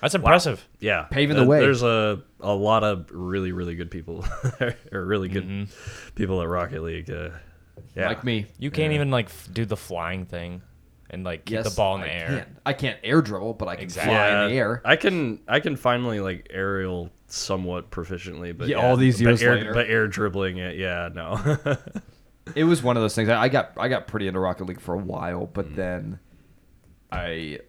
D: That's impressive.
B: Yeah.
C: Paving the way.
B: There's a, a lot of really, really good people. or really good people at Rocket League. Uh, yeah.
C: Like me.
D: You can't even like f- do the flying thing and like keep
C: Yes,
D: the ball in the
C: I
D: air.
C: Can. I can't air dribble, but I can
D: Exactly.
C: fly
B: Yeah,
C: in the air.
B: I can I can finally like aerial somewhat proficiently, but
C: Yeah, all these years
B: but air,
C: later.
B: but air dribbling it, yeah, no.
C: it was one of those things. I I got I got pretty into Rocket League for a while, but then I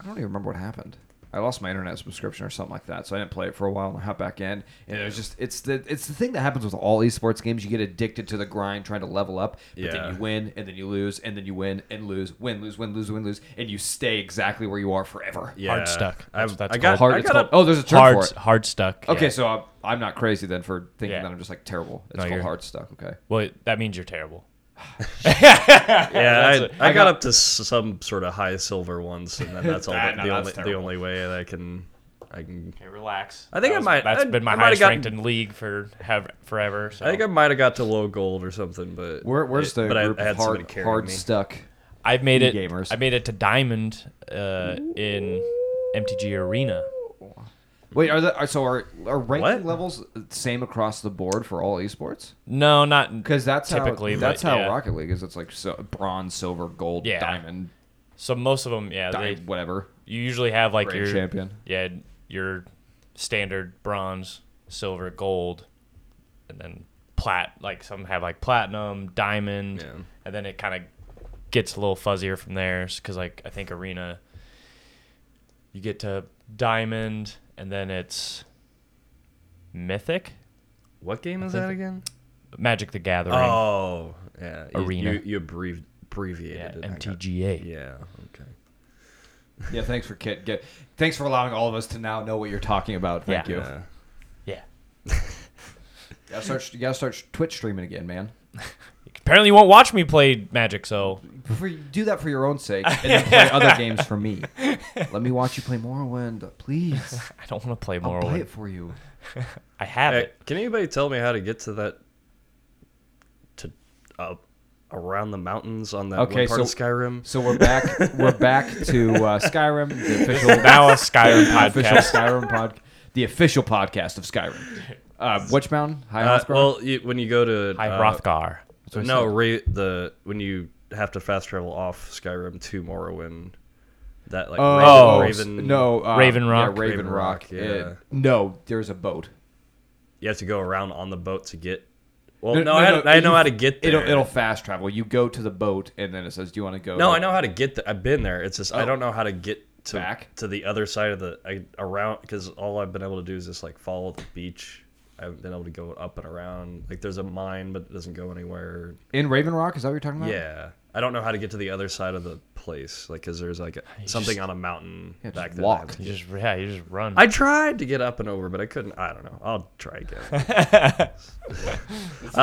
C: I don't even remember what happened. I lost my internet subscription or something like that, so I didn't play it for a while and I hopped back in. And it was just it's the it's the thing that happens with all esports games. You get addicted to the grind, trying to level up, but
B: Yeah.
C: then you win and then you lose and then you win and lose, win lose win lose win lose, and you stay exactly where you are forever.
B: yeah.
D: stuck. That's
B: I've,
D: what that's
B: I got,
D: called.
B: I
C: Hard, it's
B: got
C: called,
B: up-
C: oh, there's a term
D: Hard,
C: for it.
D: hard stuck.
C: Okay,
D: yeah.
C: so I'm, I'm not crazy then for thinking
D: Yeah.
C: that I'm just like terrible. It's
D: No,
C: called
D: you're-
C: hard stuck. Okay.
D: well, that means you're terrible.
C: Oh,
B: yeah, I,
D: it.
B: I got up to s- some sort of high silver once, and then that's all
C: Ah, no,
B: the, the
C: that's
B: only the
C: terrible.
B: only way that I can I can.
D: Okay, relax.
B: I think
D: That
B: I
D: was-
B: might-
D: That's
B: I-
D: been
B: I
D: my
B: might have
D: highest ranked
B: gotten-
D: in league for have forever. So
B: I think I might have got to low gold or something, but
C: Where, where's
B: it-
C: the
B: but I-
C: group
B: I,
C: of
B: had somebody
C: hard,
B: carrying
C: hard
B: me.
C: stuck?
D: I've made it.
C: E-gamers.
D: I made it to diamond uh, in MTG Arena.
C: Wait, are the are, so are are ranking
B: What?
C: levels same across the board for all esports?
D: No, not
C: Because that's
D: Typically,
C: how
D: but
C: that's how
D: yeah.
C: Rocket League is. It's like so, bronze, silver, gold,
D: Yeah.
C: diamond,
D: so most of them. Yeah, they,
C: diamond, whatever.
D: you usually have like
C: Grand
D: your
C: champion.
D: Yeah, your standard bronze, silver, gold, and then plat. Like some have like platinum, diamond,
B: Yeah.
D: and then it kind of gets a little fuzzier from there because like I think arena, you get to diamond, and then it's mythic,
B: What game is
D: think
B: that
D: it-
B: again?
D: Magic the Gathering.
B: Oh, yeah. you-
D: Arena.
B: You, you, abbrevi- abbreviated
D: Yeah,
B: it. I got-
D: MTGA.
B: Yeah. Okay.
C: Yeah, thanks for kit. Get, thanks for allowing all of us to now know what you're talking about. Thank
D: Yeah.
C: you.
B: Yeah.
D: Yeah.
C: Gotta start, you gotta start Twitch streaming again, man.
D: Apparently, you won't watch me play Magic, so
C: Before you do that for your own sake, and then play other games for me. Let me watch you play Morrowind, please.
D: I don't want to play
C: I'll play it
D: Morrowind.
C: for you.
D: I have
B: Hey,
D: it.
B: can anybody tell me how to get to that? To uh, around the mountains on that
C: Okay,
B: one part of
C: so-
B: Skyrim.
C: So we're back. We're back to uh, Skyrim, the official
D: Now a Skyrim
C: official
D: podcast.
C: Skyrim pod, the official podcast of Skyrim. Uh, Which mountain? High
B: Uh,
C: Mountain.
B: well, you, when you go to
D: Hi,
B: uh,
D: Hrothgar.
C: what I
B: No,
C: said.
B: re- the when you have to fast travel off Skyrim to Morrowind, that like
C: Oh,
B: Raven,
C: s-
B: Raven
C: no, uh,
D: Raven Rock.
C: Yeah, Raven,
B: Raven
C: Rock.
B: Rock, yeah.
C: It- no, there's a boat.
B: you have to go around on the boat to get. Well,
C: No,
B: no,
C: no,
B: I,
C: no,
B: I know
C: you-
B: how to get there.
C: It'll it'll fast travel. You go to the boat, and then it says, "Do you want to go?"
B: no,
C: to-
B: I know how to get there. I've been there. It's just I don't know how to get to
C: Oh. Back?
B: to the other side of the I, around because all I've been able to do is just like follow the beach. I haven't been able to go up and around. Like there's a mine, but it doesn't go anywhere.
C: In Raven Rock, is that what you're talking about?
B: Yeah, I don't know how to get to the other side of the place. Like, cause there's like a- something on a mountain
C: Yeah,
B: back
C: just
B: then I have
C: walk.
B: to
D: You just yeah, you just run.
B: I tried to get up and over, but I couldn't. I don't know. I'll try again. I,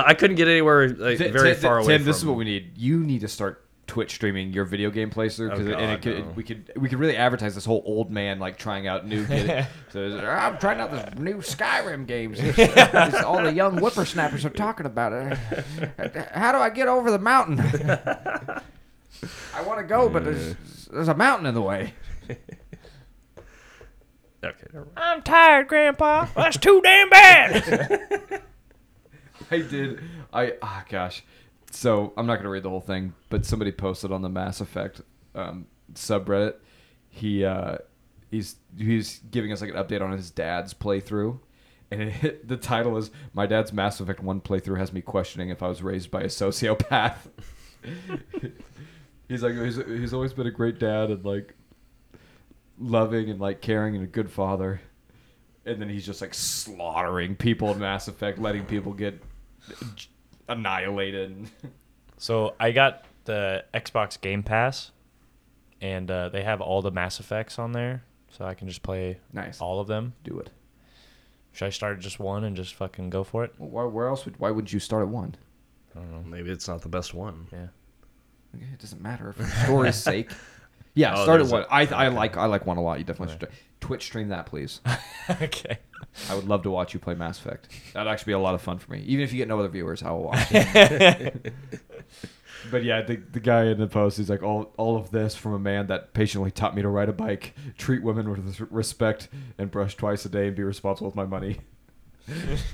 B: I couldn't get anywhere like,
C: Ti-
B: very
C: Ti-
B: far away.
C: Tim, this is
B: from-
C: what we need. You need to start Twitch streaming your video game playthrough because
B: Oh,
C: and it
B: God,
C: could,
B: no.
C: we could we could really advertise this whole old man like trying out new. Kid. so it's, I'm trying out this new Skyrim games. It's all the young whippersnappers are talking about it. How do I get over the mountain? I want to go, but there's, there's a mountain in the way.
B: Okay, never mind.
D: I'm tired, Grandpa. That's too damn bad.
C: I did. I ah gosh. So I'm not gonna read the whole thing, but somebody posted on the Mass Effect um, subreddit. He uh, he's he's giving us like an update on his dad's playthrough, and it hit, the title is "My Dad's Mass Effect One Playthrough Has Me Questioning If I Was Raised by a Sociopath." he's like he's, he's always been a great dad and like loving and like caring and a good father and then he's just like slaughtering people in Mass Effect, letting people get annihilated.
D: So I got the Xbox Game Pass, and uh, they have all the Mass Effects on there, so I can just play
C: Nice.
D: all of them.
C: Do it.
D: Should I start at just one and just fucking go for it?
C: Well, why, where else would? Why would you start at one?
B: Maybe it's not the best one.
D: Yeah.
C: Okay, It doesn't matter for story's sake. Yeah,
B: Oh,
C: start at
B: there's
C: one.
B: a-
C: I I like I like one a lot. You definitely should. Twitch stream that, please.
D: okay.
C: I would love to watch you play Mass Effect. That'd actually be a lot of fun for me. Even if you get no other viewers, I will watch. but yeah, the, the guy in the post, he's like, all, all of this from a man that patiently taught me to ride a bike, treat women with res- respect, and brush twice a day and be responsible with my money.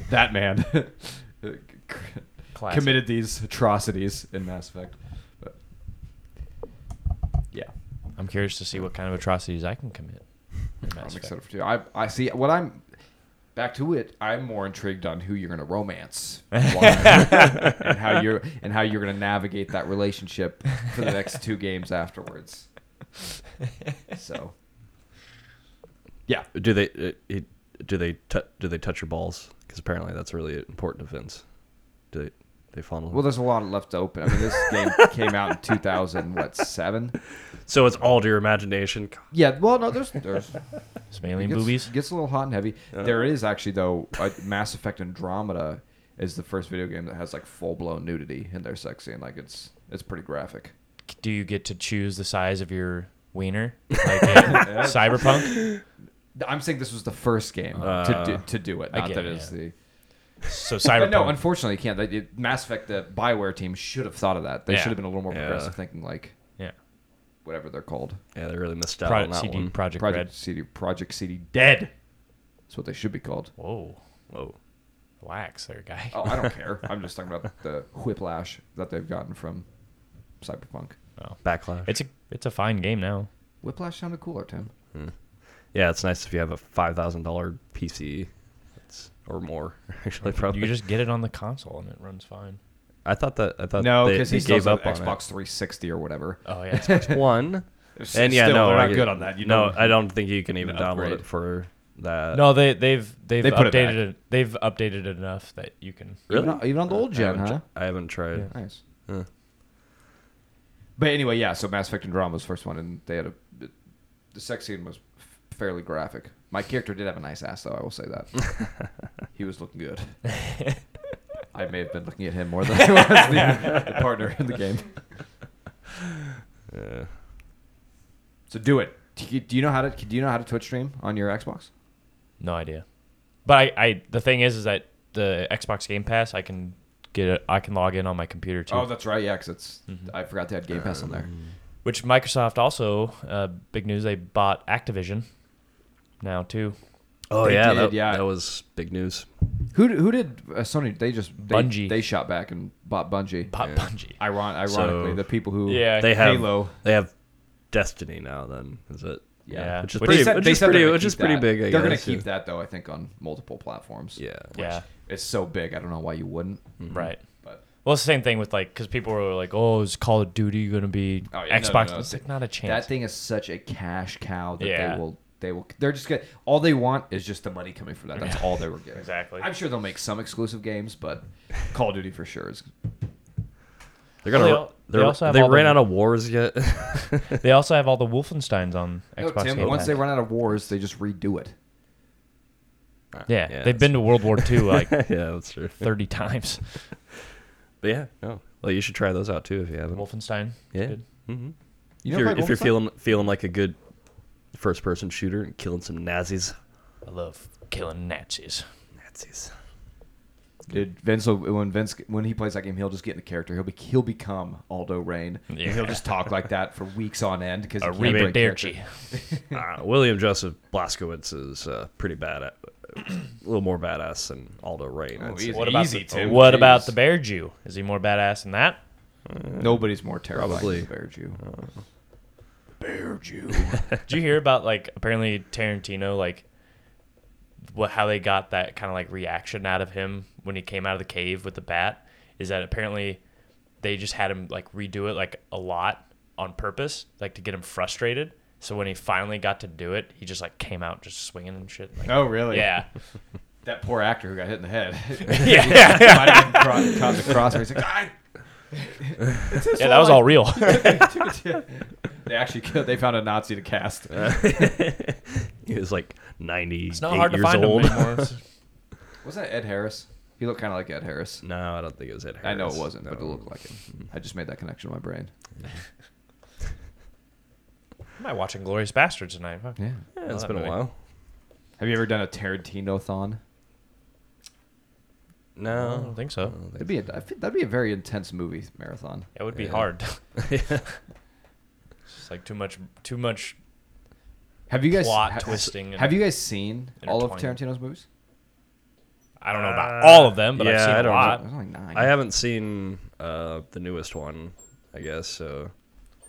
C: that man
D: Classic.
C: committed these atrocities in Mass Effect. But, yeah.
D: I'm curious to see what kind of atrocities I can commit. in
C: I'm
D: Mass Effect.
C: excited for two. I I see what I'm back to it. I'm more intrigued on who you're gonna romance and how you're and how you're gonna navigate that relationship for the next two games afterwards. So yeah,
B: Do they? It, it, do they? T- do they touch your balls? Because apparently that's really important events. Do they? They fondle.
C: well,
B: Well,
C: there's a lot left open. I mean, this game came out in 2000, what seven?
B: so it's all to your imagination.
C: Yeah, well, no, there's there's
D: It's mainly
C: gets,
D: boobies.
C: gets a little hot and heavy. There is actually though, uh, Mass Effect Andromeda is the first video game that has like full blown nudity in their sex scene. Like it's it's pretty graphic.
D: Do you get to choose the size of your wiener, like in uh, Cyberpunk?
C: I'm saying this was the first game
B: Uh,
C: to, do, to do it.
D: I
C: Not
D: get
C: that
D: it,
C: it's
D: yeah.
C: the.
D: So
C: But
D: Cyberpunk.
C: no, unfortunately, you can't. They- it- Mass Effect, the Bioware team, should have thought of that. They
D: Yeah.
C: should have been a little more
B: Yeah.
C: progressive, thinking like
D: yeah.
C: whatever they're called,
B: Yeah, they really missed out on
D: Project
B: that
D: CD
B: one.
D: Project,
C: Project
D: Red.
C: CD, Project CD.
D: Dead.
C: That's what they should be called.
D: Whoa.
B: Whoa.
D: Wax there, guy.
C: Oh, I don't care. I'm just talking about the whiplash that they've gotten from Cyberpunk.
B: Backlash.
D: It's a it's a fine game now.
C: Whiplash sounded cooler, Tim.
B: yeah, it's nice if you have a five thousand dollar PC, it's, or more. Actually, probably.
D: You just get it on the console and it runs fine.
B: I thought that I thought
C: No,
B: they,
C: because
B: they
C: he still
B: gave
C: has an
B: up on
C: Xbox 360 or whatever.
D: Oh yeah.
B: it. one.
C: It's-
B: and yeah,
C: still,
B: no,
C: they're
B: I
C: not
B: get-
C: good on that. You
B: no,
C: know,
B: I don't think you can even download
C: upgrade.
B: it for that.
D: no, they they've they've
C: They put it
D: updated
C: back.
D: it, They've updated it enough that you can.
B: really.
C: even on, even on the old
B: I
C: gen,
B: haven't tr-
C: huh?
B: I haven't tried.
D: Yeah.
C: Nice.
B: Huh.
C: But anyway, yeah. So Mass Effect Andromeda was the first one, and they had a the, the sex scene was fairly graphic. My character did have a nice ass, though. I will say that he was looking good. I may have been looking at him more than I was the, the partner in the game.
B: Yeah.
C: So do it. Do you, do you know how to do you know how to Twitch stream on your Xbox?
D: No idea. But I, I the thing is is that the Xbox Game Pass I can get it I can log in on my computer too.
C: Oh, that's right. Yeah, 'cause it's
B: Mm-hmm.
C: I forgot they had Game Pass on there.
D: Which Microsoft also uh, big news they bought Activision now too.
B: Oh
C: They
B: yeah,
C: did,
B: that,
C: yeah.
B: that was big news.
C: Who d- who did uh, Sony? They just they,
D: Bungie.
C: They shot back and bought Bungie.
D: Bought Bungie.
C: Iron, ironically,
B: So-
C: the people who
D: Yeah.
B: They have
C: Halo.
B: they have Destiny now. Then is it?
D: Yeah.
B: which is
D: Which-
B: pretty,
D: They said-
B: which
C: they
B: is
C: said they're
B: pretty,
C: gonna
B: which is
C: keep
B: pretty
C: that.
B: big. I
C: They're gonna
B: guess, yeah.
C: keep that though. I think on multiple platforms.
B: Yeah.
D: Yeah.
C: it's so big. I don't know why you wouldn't.
D: Right.
C: But
D: Well, it's the same thing with like because people were like, "Oh, is Call of Duty gonna be
C: Oh, yeah, no,
D: Xbox?"
C: no, no.
D: It's like not a
C: that
D: chance.
C: thing is such a cash cow that
D: Yeah.
C: they will. They will. They're just gonna. All they want is just the money coming from that. That's all they were getting.
D: Exactly.
C: I'm sure they'll make some exclusive games, but Call of Duty for sure is.
B: They're gonna.
D: They
B: They,
D: al- they also
B: also
D: have
B: they
D: all the-
B: ran out of wars yet.
D: they also have all the Wolfenstein's on
C: No,
D: Xbox.
C: Tim,
D: Game
C: once
D: Pass.
C: they run out of wars, they just redo it.
D: yeah,
B: Yeah,
D: they've been to World War II like
B: yeah, that's true.
D: thirty times.
B: But yeah, no. Well, you should try those out too if you haven't.
D: Wolfenstein.
B: yeah.
D: Good.
B: hmm
C: You
B: if
C: know
B: you're,
C: what,
B: if you're
C: Wolfenstein?
B: feeling feeling like a good first person shooter and killing some Nazis.
D: I love killing Nazis.
B: Nazis.
C: Dude, Vince will, when Vince when he plays that game, he'll just get in the character. He'll be he'll become Aldo Rain. And
D: Yeah.
C: He'll just talk like that for weeks on end because
D: Arrivederci.
B: uh, William Joseph Blaskowitz is uh, pretty bad at a little more badass than Aldo Rain.
C: Oh,
B: I'd say.
D: What about
C: Easy,
D: the,
C: Tim,
D: what
C: jeez.
D: about the bear Jew? Is he more badass than that?
C: Nobody's more terrifying
B: Probably.
C: than the Bear Jew.
D: Uh.
C: Bear Jew.
D: Did you hear about like apparently Tarantino like what how they got that kind of like reaction out of him when he came out of the cave with the bat is that apparently they just had him like redo it like a lot on purpose like to get him frustrated. So when he finally got to do it, he just like came out just swinging and shit. Like,
C: oh really?
D: yeah,
C: That poor actor who got hit in the head.
D: yeah, yeah,
C: He might have been cro- caught in the crosshair. He's like, "Ah!"
D: That was all real.
C: they actually killed, they found a Nazi to cast.
B: Uh,
D: Uh.
B: he was like 90
D: it's not hard to find
B: old.
D: him anymore. It's-
C: Wasn't that Ed Harris? He looked kind of like Ed Harris.
B: no, I don't think it was Ed Harris.
C: I know it wasn't, but it
B: No.
C: looked like him.
B: Mm-hmm.
C: I just made that connection in my brain.
D: Am I watching Glorious Bastards tonight? Fuck.
C: Yeah.
B: Yeah, it's
D: that
B: been a
D: movie.
B: while.
C: Have you ever done a Tarantino thon?
D: I
B: No.
D: don't think so.
C: That'd be a, I feel- that'd be a very intense movie marathon.
D: It would be
B: Yeah.
D: hard. It's like too much, too much.
C: Have you guys
D: Plot
C: ha-
D: twisting and
C: Have you guys seen all of
D: intertwining.
C: Tarantino's movies?
D: I don't know about
B: Uh,
D: all of them, but I've
B: yeah,
D: seen
B: I
D: a
B: don't know.
D: lot.
C: There's only nine.
B: I haven't seen uh, the newest one, I guess. So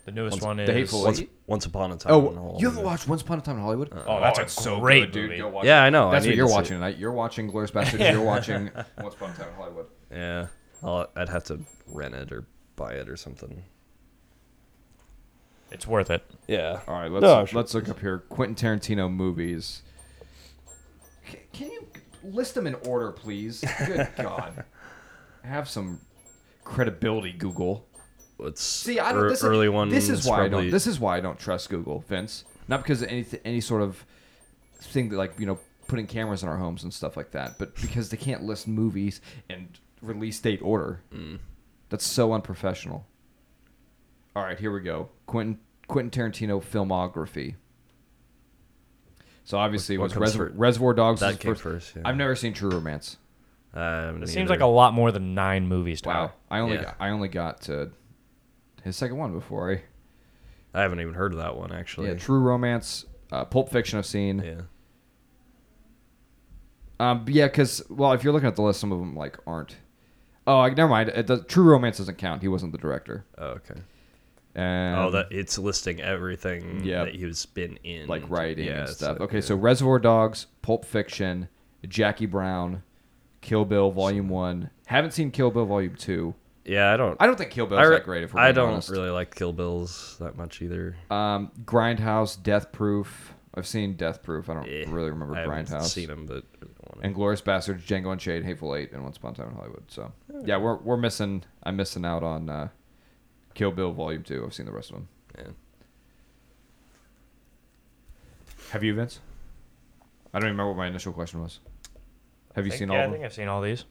D: The newest
B: Once-
D: one is
C: The Hateful
B: once,
C: Eight?
B: once upon a time. in
C: oh,
B: Hollywood.
C: you haven't watched Once Upon a Time in Hollywood?
D: Oh, that's
C: it's
D: a
C: so
D: great
C: good, dude.
D: movie.
C: Go watch
B: Yeah,
C: it.
B: I know. I
C: That's what
B: need to
C: you're
B: see it.
C: watching tonight. You're watching Glorious Bastards. You're watching Once Upon a Time in Hollywood.
B: Yeah, I'll, I'd have to rent it or buy it or something.
D: It's worth it.
B: Yeah.
C: All right, let's
B: No, sure.
C: let's look up here. Quentin Tarantino movies. C- Can you list them in order, please? Good God, have some credibility, Google.
B: It's
C: See, I don't.
B: ear-
C: This is,
B: early one.
C: This is why I
B: probably-
C: don't. This is why I don't trust Google, Vince. Not because of any any sort of thing that like you know putting cameras in our homes and stuff like that, but because they can't list movies and release date order.
B: Mm.
C: That's so unprofessional. All right, here we go. Quentin Quentin Tarantino filmography. So obviously, it
B: What
C: was
B: comes
C: Reservoir,
B: first?
C: Reservoir Dogs.
B: That
C: was
B: came
C: first.
B: first, yeah.
C: I've never seen True Romance.
B: Um,
D: It seems like a lot more than nine movies. Tyler.
C: Wow, I only
B: Yeah.
C: got, I only got to his second one before I.
B: I haven't even heard of that one actually.
C: Yeah, True Romance, uh, Pulp Fiction. I've seen.
B: Yeah.
C: Um, yeah, because well, if you're looking at the list, some of them like aren't. Oh, I, never mind. It does, True Romance doesn't count. He wasn't the director.
B: Oh, okay.
C: And,
B: oh, that it's listing everything
C: Yeah.
B: that he's been in,
C: like writing
B: Yeah,
C: and
B: so-
C: stuff. okay, so Reservoir Dogs, Pulp Fiction, Jackie Brown, Kill Bill Volume One. Haven't seen Kill Bill Volume Two.
B: yeah, I don't.
C: I don't think Kill Bill's
B: I, re-
C: that great. If we're
B: I
C: being
B: don't
C: honest.
B: really like Kill Bills that much either.
C: Um, Grindhouse, Death Proof. I've seen Death Proof. I don't
B: Eh,
C: really remember
B: I haven't
C: Grindhouse.
B: Seen him, but I don't want to.
C: And Glorious Bastards, Django Unchained, Hateful Eight, and Once Upon a Time in Hollywood. So yeah, we're we're missing. I'm missing out on uh, Kill Bill Volume Two. I've seen the rest of them.
B: Yeah.
C: Have you, Vince? I don't even remember what my initial question was. Have you
D: think-
C: seen
D: yeah,
C: all
D: I
C: of
D: think
C: them?
D: I've seen all these.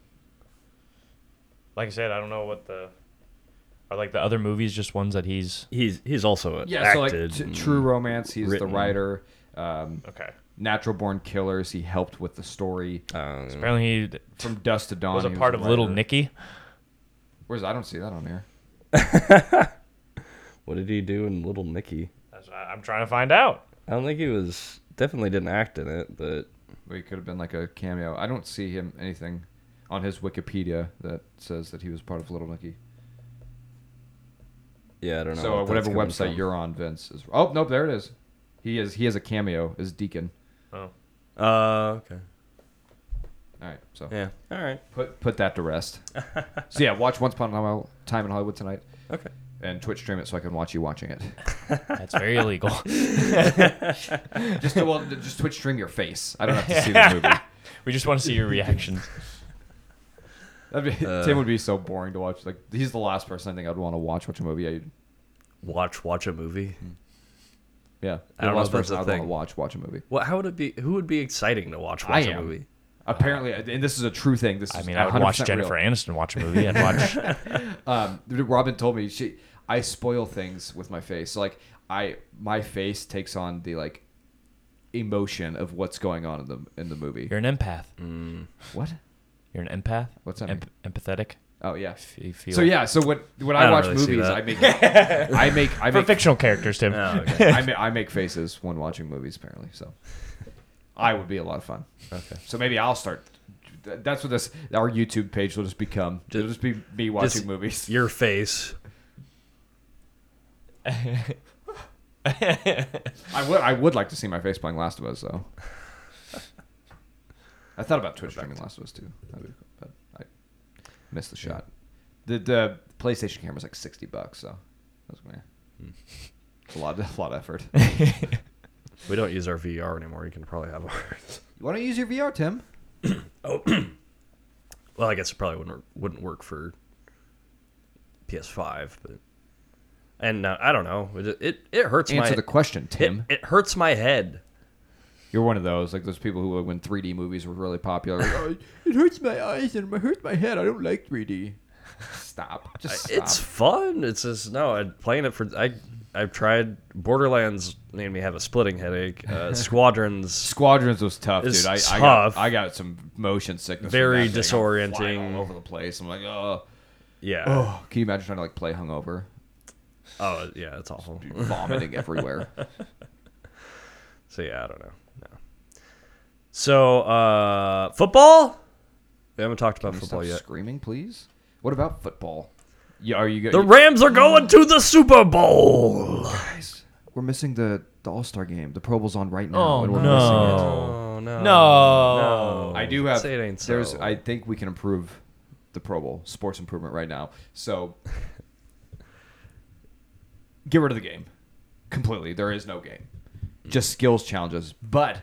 D: Like I said, I don't know what the are like the other movies. Just ones that he's
B: He's he's also a-
C: Yeah, so like
B: acted.
C: t-
B: and-
C: True Romance. He's
B: written.
C: the writer. Um,
D: okay.
C: Natural Born Killers. He helped with the story
B: um,
D: Apparently, he d-
C: from Dust to Dawn.
D: was a
C: he the
D: part of Little
C: writer.
D: Nicky.
C: Where's I don't see that on here.
B: what did he do in Little Nicky?
D: That's what I- I'm trying to find out.
B: I don't think he was definitely didn't act in it, but
C: Well, he could have been like a cameo. I don't see him anything on his Wikipedia that says that he was part of Little Nicky.
B: yeah, I don't know.
C: So
B: what
C: uh,
B: that's
C: whatever
B: coming
C: website
B: from.
C: you're on, Vince is. Oh nope, there it is. He is he is a cameo as Deacon.
D: Oh,
B: Uh, okay.
C: All right, so
B: Yeah. All right.
C: put put that to rest. so yeah, watch Once Upon a Time in Hollywood tonight,
B: Okay.
C: and Twitch stream it so I can watch you watching it.
D: that's very illegal.
C: just well, just Twitch stream your face. I don't have to see the movie.
D: we just want to see your reactions.
C: That'd be,
B: Uh.
C: Tim would be so boring to watch. Like he's the last person I think I'd want to watch watch a movie. I,
B: Watch watch a movie.
C: yeah,
B: I don't
C: the
B: know
C: last
B: if that's
C: person
B: a
C: I'd want to
B: thing.
C: watch watch a movie.
B: What? How would it be? Who would be exciting to watch
C: I
B: watch a
C: am.
B: movie?
C: Apparently, and this is a true thing. This
D: I
C: is
D: mean, I would watch
C: 100%
D: Jennifer
C: real.
D: Aniston watch a movie. I'd watch.
C: Um, Robin told me she I spoil things with my face. So, like I my face takes on the like emotion of what's going on in the in the movie.
D: You're an empath.
C: What?
D: You're an empath.
C: What's that
D: empathetic.
C: Oh yeah.
D: If you feel
C: So yeah, so when when
B: I
C: I,
B: don't
C: watch
B: really see
C: movies, I
B: that.
C: make I make I
D: for
C: make
D: fictional characters, Tim.
B: Oh, okay.
C: I, ma- I make faces when watching movies apparently. So I would be a lot of fun.
B: Okay.
C: So maybe I'll start th- that's what this our YouTube page will just become. It'll just be me watching
B: Just
C: movies.
B: Your face.
C: I would I would like to see my face playing Last of Us though. I thought about Twitch streaming Last of Us too, That'd be cool, but I missed the shot. The the PlayStation camera's like sixty bucks, so I was gonna. It's a lot, a lot of effort.
B: We don't use our VR anymore. You can probably have ours.
C: Why don't you use your VR, Tim?
B: Well, I guess it probably wouldn't wouldn't work for PS5, but and uh, I don't know. It it, it hurts
C: Answer
B: my
C: the question,
B: it,
C: Tim.
B: it hurts my head.
C: You're one of those, like those people who, when 3D movies were really popular, like, "Oh, it hurts my eyes and it hurts my head. I don't like 3D. Stop. Just stop.
B: It's fun. It's just no. I'm playing it for I. I've tried Borderlands made me have a splitting headache. Uh, Squadrons
C: Squadrons was tough,
B: It's
C: dude. I, I
B: tough.
C: got I got some motion sickness. from
B: Very
C: that thing. I'm flying
B: disorienting.
C: all over the place. I'm like, oh.
B: Yeah. Oh,
C: oh. Can you imagine trying to like play hungover,
B: yeah, it's awful.
C: vomiting everywhere?
B: So yeah, I don't know. No. So uh football? We haven't talked about
C: Can you
B: football
C: stop
B: yet.
C: Screaming, please. What about football? Yeah, are you
B: The
C: guys?
B: Rams are going to the Super Bowl.
C: We're missing the, the All Star game. The Pro Bowl's on right now.
D: Oh
C: and we're missing it.
D: no.
B: Oh no.
D: No.
B: No.
C: I do have.
B: Say it ain't so.
C: There's. I think we can improve the Pro Bowl sports improvement right now. So get rid of the game completely. There is no game. Just skills challenges. But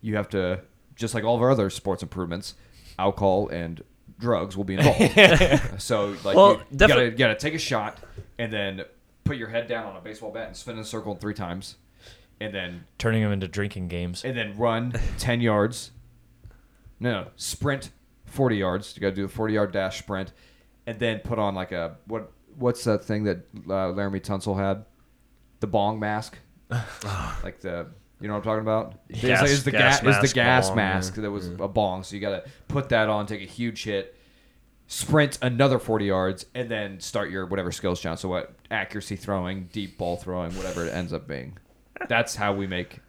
C: you have to, just like all of our other sports improvements, alcohol and drugs will be involved. so like
B: Well,
C: you, you
B: defi-
C: gotta you gotta take a shot and then put your head down on a baseball bat and spin in a circle three times. And then
D: Turning them into drinking games.
C: and then run 10 yards. No, no, sprint 40 yards. You got to do a 40 yard dash sprint, and then put on like a what? What's that thing that uh, Laramie Tunsil had? The bong mask, like the You know what I'm talking about? It's
B: Gas-
C: like- it's the
B: gas
C: gas, it's
B: mask
C: the gas
B: bong,
C: mask
B: yeah.
C: that was a bong. So you got to put that on, take a huge hit, sprint another 40 yards, and then start your whatever skills challenge. So what accuracy throwing, deep ball throwing, whatever it ends up being. That's how we make.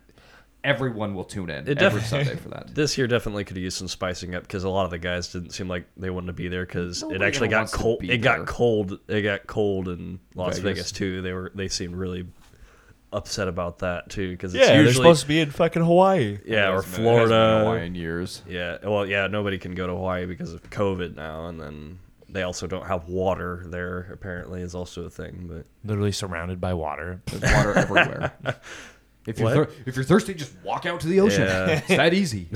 C: Everyone will tune in
B: It
C: every
B: defi-
C: Sunday for that.
B: This year definitely could have used some spicing up because a lot of the guys didn't seem like they wanted to be there because it
C: Nobody
B: actually
C: ever
B: got
C: wants to
B: cold. It
C: be
B: got
C: there.
B: cold. It got cold in Las
C: Vegas.
B: Vegas, too. They were they seemed really upset about that too because it's
D: Yeah,
B: usually
D: they're supposed to be in fucking Hawaii.
B: yeah or
C: It has been- it has been a
B: Florida.
C: while in years.
B: Yeah, well, yeah, nobody can go to Hawaii because of COVID now, and then they also don't have water there. Apparently, is also a thing, but
D: Literally surrounded by water.
C: There's water everywhere. If you're
B: What?
C: thir- if you're thirsty, just walk out to the ocean.
B: Yeah.
C: It's that easy.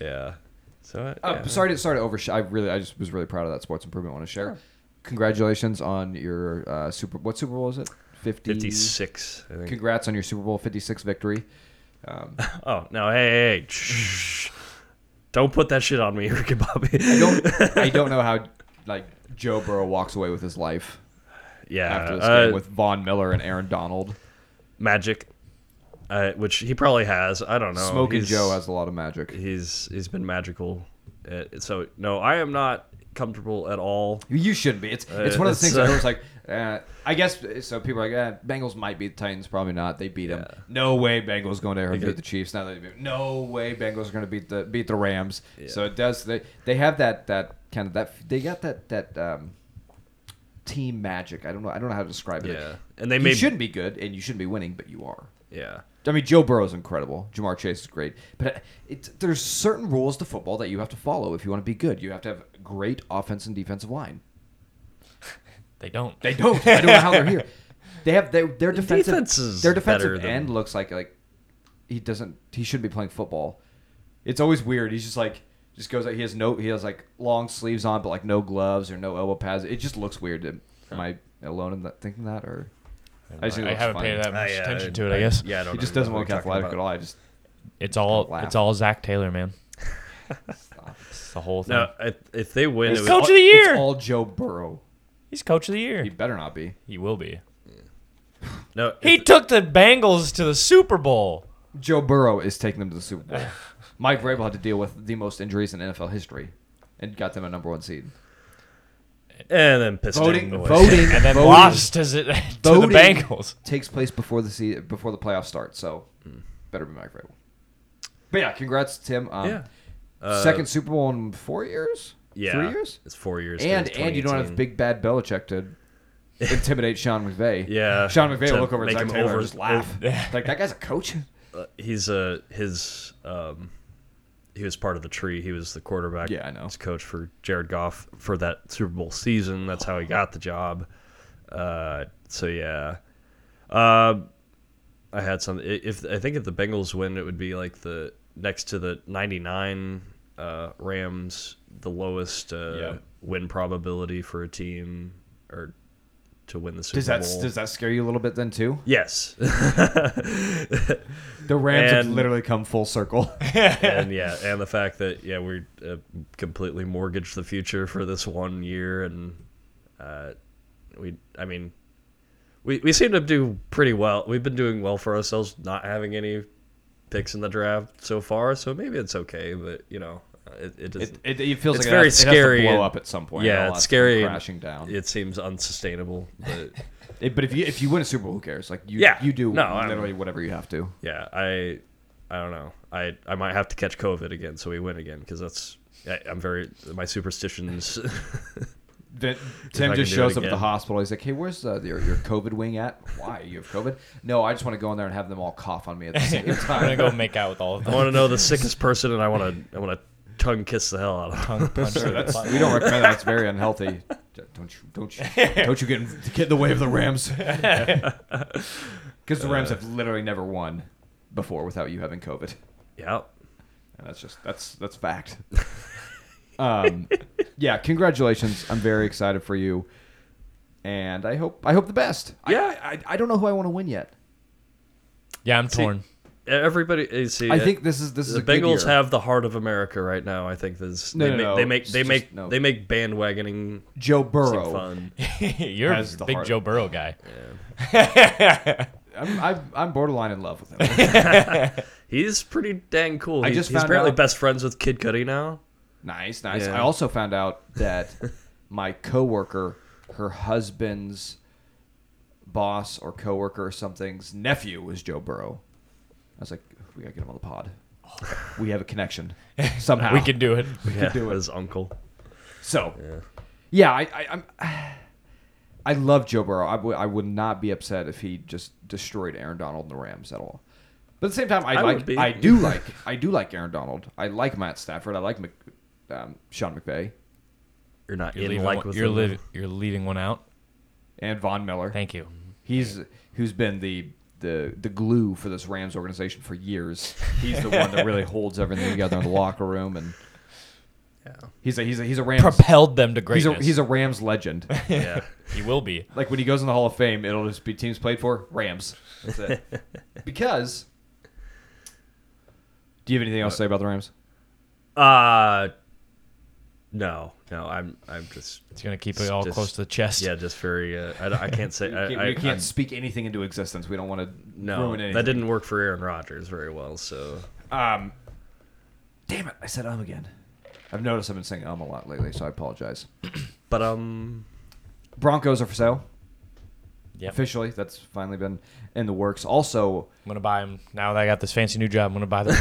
B: yeah. So uh,
C: Uh,
B: yeah.
C: Sorry to sorry to oversh I really I just was really proud of that sports improvement. I want to share. Congratulations on your uh, super. What Super Bowl is it? Fifty.
B: fifty six. I think.
C: Congrats on your Super Bowl fifty six victory. Um,
B: Oh no! Hey, hey, hey. shh. don't put that shit on me, Ricky Bobby.
C: I don't I don't know how like Joe Burrow walks away with his life
B: yeah,
C: after this
B: uh,
C: game with Von Miller and Aaron Donald.
B: magic, uh, which he probably has. I don't know.
C: Smoking
B: Oh, He's-
C: Joe has a lot of magic.
B: He's he's been magical. Uh, so no, I am not comfortable at all.
C: You shouldn't be. It's it's one of
B: it's,
C: the things
B: uh,
C: I was like, eh, I guess. So people are like, eh, Bengals might beat Titans, probably not. They beat them. No way, Bengals going to Arrowhead and
B: Because-
C: beat the Chiefs. Now they beat, no way, Bengals are going to beat the beat the Rams. So it does. They they have that that kind of that. They got that that um, team magic. I don't know. I don't know how to describe it.
B: Yeah, and they
C: you
B: may
C: shouldn't be good, and you shouldn't be winning, but you are.
B: yeah.
C: I mean, Joe Burrow's incredible. Jamar Chase is great, but it, there's certain rules to football that you have to follow if you want to be good. You have to have great offense and defensive line.
D: They don't.
C: They don't. I don't know how they're here. They have their their defensive
B: defense is
C: their
B: better
C: defensive
B: than-
C: end looks like like he doesn't he shouldn't be playing football. It's always weird. He's just like just goes out. He has no he has like long sleeves on, but like no gloves or no elbow pads. It just looks weird. Am I alone in that thinking that or I, just think it
D: I
C: looks
D: haven't
C: funny.
D: paid that
B: Ah,
D: much
B: yeah,
D: attention to it. I guess
B: Yeah, I don't
C: He just
B: know
C: doesn't
B: what
C: look
B: we're talking
C: athletic at
B: about.
C: all. I just
D: it's all
C: laugh.
D: it's all Zach Taylor, man. it's the whole thing.
B: No, if, if they win, it
D: He's
B: was,
D: coach of the year.
C: it's all Joe Burrow.
D: He's coach of the year.
C: He
D: He,
C: better not be.
D: will be.
B: no, if-
D: He took the Bengals to the Super Bowl.
C: Joe Burrow is taking them to the Super Bowl. Mike Vrabel had to deal with the most injuries in NFL history, and got them a number one seed.
B: and then pissed
C: Voting-
B: him away.
C: voting-
D: and then
C: voting-
D: lost as it, to
C: voting
D: the Bengals.
C: takes place before the se- before the playoffs start. So
B: Mm.
C: better be Mike Vrabel. But yeah, congrats Tim. Um,
B: Yeah. Uh,
C: second Super Bowl in four years.
B: Yeah,
C: three years.
B: It's four years. 'cause
C: And
B: it's
C: and you don't have
B: 2018.
C: big bad Belichick to intimidate Sean McVay.
B: Yeah,
C: Sean McVay
B: to
C: will look over at
B: make
C: Zach
B: him
C: Taylor
B: over-
C: and just laugh. like that guy's a coach.
B: Uh, he's uh his um, he was part of the tree. He was the quarterback.
C: Yeah, I know.
B: He's coach for Jared Goff for that Super Bowl season. That's how he got the job. Uh, so yeah, um, I had some. i- If I think if the Bengals win, it would be like the next to the '99 uh, Rams, the lowest uh,
C: Yeah.
B: win probability for a team or to win the Super
C: Does that
B: Bowl.
C: does that scare you a little bit then too?
B: Yes.
C: The Rams have
B: And-
C: literally come full circle.
B: and yeah, and the fact that yeah we uh, completely mortgaged the future for this one year, and uh, we I mean, we we seem to do pretty well. We've been doing well for ourselves, not having any picks in the draft so far. So maybe it's okay, but you know, uh, it it,
C: it,
B: doesn't,
C: it, it feels
B: It's
C: like it
B: very
C: has- it has,
B: scary
C: to
B: and-
C: blow up at some point. and
B: yeah,
C: all that's
B: it's
C: gonna
B: scary and
C: crashing down.
B: it seems unsustainable. But
C: It- but if you if you win a Super Bowl, who cares? Like you
B: Yeah.
C: you do
B: No, I'm-
C: literally whatever you have to.
B: yeah, I I don't know. I I might have to catch COVID again, so we win again because that's. I, I'm very my superstitions.
C: Then
B: I
C: Tim
B: can
C: just
B: do it
C: shows up at the
B: again.
C: hospital. He's like, "Hey, where's uh, your your COVID wing at? Why you have COVID? No, I just want to go in there and have them all cough on me at the same
D: I'm gonna
C: time.
D: go make out with all of
B: I
D: them.
B: want to know the sickest person, and I want to I want to tongue kiss the hell out of them.
D: Tongue punch to the butt.
C: we don't recommend that. It's very unhealthy. Don't you don't you don't you get in, get in the way of the Rams? Because the Rams have literally never won before without you having COVID.
B: Yeah,
C: And that's just that's that's fact. um, yeah, congratulations. I'm very excited for you, and I hope I hope the best. Yeah, I, I, I don't know who I want to win yet.
D: Yeah, I'm torn.
B: everybody. you See, uh,
C: I think this is this is
B: the
C: a good
B: Bengals
C: year.
B: have the heart of America right now. I think this.
C: No,
B: they,
C: no,
B: make,
C: no,
B: they make
C: it's
B: they
C: just-
B: make
C: no.
B: they make bandwagoning
C: Joe
B: seem
C: Burrow.
B: fun.
D: You're a
C: Has the
D: big
C: heart.
D: Joe Burrow guy.
C: I'm, I'm, I'm borderline in love with him.
B: He's pretty dang cool. I
C: just
B: he's
C: found
B: apparently
C: out-
B: best friends with Kid Cudi now.
C: nice, nice.
B: Yeah.
C: I also found out that my coworker, her husband's boss or coworker or something's nephew was Joe Burrow. I was like, we gotta get him on the pod. We have a connection somehow.
D: We can do it.
B: Yeah, his uncle.
C: So,
B: Yeah.
C: yeah, I, I, I'm. I love Joe Burrow. I, w- I would not be upset if he just destroyed Aaron Donald and the Rams at all. But at the same time, I,
B: I would
C: like.
B: be.
C: I do like. I do like Aaron Donald. I like Matt Stafford. I like Mc, um, Sean McVay
B: You're not
D: You're
B: in
D: leaving,
B: like
D: one,
B: with
D: you're,
B: him.
D: li- you're leaving one out.
C: and Von Miller.
D: Thank you.
C: He's who's been the the the glue for this Rams organization for years. He's the one that really holds everything together in the locker room, and he's a he's a he's a Rams.
D: Propelled them to
C: He's a,
D: greatness.
C: he's a Rams legend.
B: Yeah. yeah.
D: he will be.
C: Like when he goes in the Hall of Fame, it'll just be teams played for Rams. That's it. because. Do you have anything else to say about the Rams?
B: Uh no, no, I'm I'm just
D: He's gonna keep it all
B: Just-
D: close to the chest.
B: yeah, just very. Uh, I, don't- I can't say. I,
C: You
B: I,
C: can't, you can't
B: I-
C: speak anything into existence. We don't want to
B: no,
C: ruin anything.
B: that didn't work for Aaron Rodgers very well. So
C: Um, damn it! I said um again. I've noticed I've been saying um a lot lately, so I apologize.
B: But um,
C: Broncos are for sale
D: Yep.
C: officially. That's finally been in the works. Also,
D: I'm gonna buy him now that I got this fancy new job. I'm gonna buy them.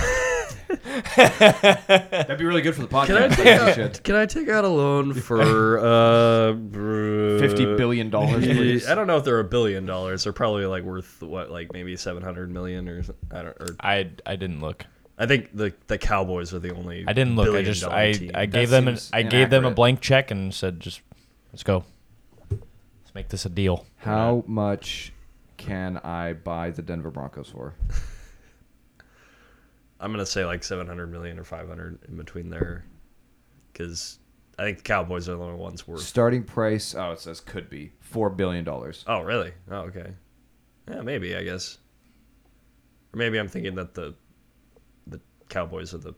C: that'd be really good for the
B: can I
C: podcast.
B: take out, can I take out a loan for uh br-
C: Fifty billion dollars.
B: I don't know if they're a billion dollars. They're probably like worth what, like maybe seven hundred million or some- I don't. Or
D: I I didn't look.
B: I think the the Cowboys are the only.
D: I didn't look. I
B: billion
D: just
B: dollar
D: I,
B: team.
D: I
B: That
D: gave them an,
C: seems
D: I gave them a
C: inaccurate.
D: blank check and said just let's go. Let's make this a deal.
C: How much can I buy the Denver Broncos for?
B: I'm gonna say like 700 million or 500 in between there, because I think the Cowboys are the only ones worth.
C: Starting price. Oh, it says could be four billion dollars.
B: Oh, really? Oh, okay. Yeah, maybe I guess. Or maybe I'm thinking that the the Cowboys are the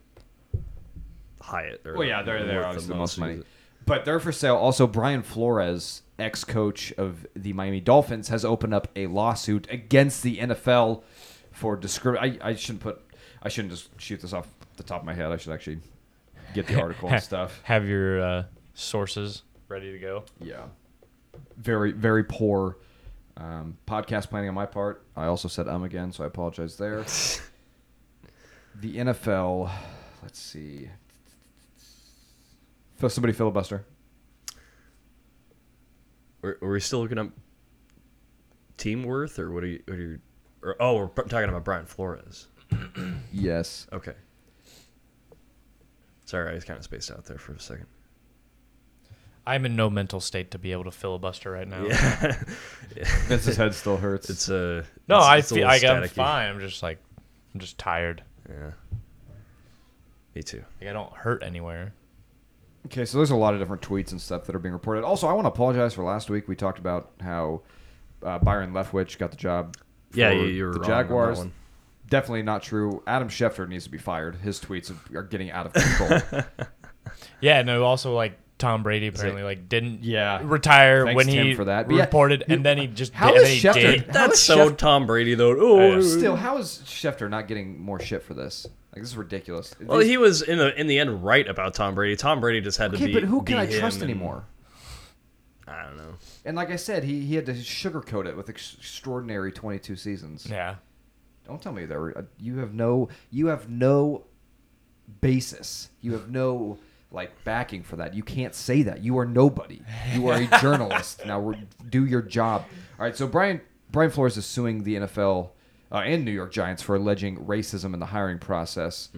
B: Hyatt. Or
C: Well, yeah, they're they're
B: worth
C: obviously the most money,
B: Is
C: but they're for sale. Also, Brian Flores, ex-coach of the Miami Dolphins, has opened up a lawsuit against the NFL for discrim. I, I shouldn't put. I shouldn't just shoot this off the top of my head. I should actually get the article and stuff.
D: Have your uh, sources ready to go.
C: Yeah, very very poor um, podcast planning on my part. I also said um again, so I apologize there. the NFL. Let's see. Phil- Somebody filibuster.
B: Are, are we still looking up team worth, or what are you? What are you or, oh, we're pr- talking about Brian Flores.
C: Yes.
B: Okay. Sorry, I was kind of spaced out there for a second.
D: I'm in no mental state to be able to filibuster right now.
B: Yeah,
C: Vince's head still hurts.
B: it's a
D: No,
B: it's,
D: I
B: it's a
D: feel
B: little
D: like I'm
B: staticky.
D: fine. I'm just like I'm just tired.
B: Yeah, me too.
D: Like I don't hurt anywhere.
C: okay, so there's a lot of different tweets and stuff that are being reported. Also, I want to apologize for last week. We talked about how uh, Byron Leftwich got the job. For
B: Yeah, you, you were
C: the
B: wrong on that
C: Jaguars.
B: one.
C: Definitely not true. Adam Schefter needs to be fired. His tweets are getting out of control.
D: Yeah, no. Also, like Tom Brady apparently like didn't
C: Yeah.
D: retire
C: Thanks
D: when
C: to him
D: he
C: for that. But yeah,
D: reported,
C: you-
D: and then he just
C: how
D: did,
C: is
D: and
C: Schefter-
D: he did.
C: How
B: That's
C: is
B: so
C: Schef-
B: Tom Brady though. Oh,
D: yeah.
C: Still, how is Schefter not getting more shit for this? Like this is ridiculous.
B: well, he was in the in the end right about Tom Brady. Tom Brady just had to
C: okay,
B: be.
C: but who can
B: be
C: I
B: him
C: trust
B: and-
C: anymore?
B: I don't know.
C: And like I said, he, he had to sugarcoat it with ex- extraordinary 22 seasons.
D: Yeah.
C: Don't tell me there. You have no. You have no basis. You have no like backing for that. You can't say that. You are nobody. You are a journalist. now re- do your job. All right. So Brian Brian Flores is suing the NFL uh, and New York Giants for alleging racism in the hiring process.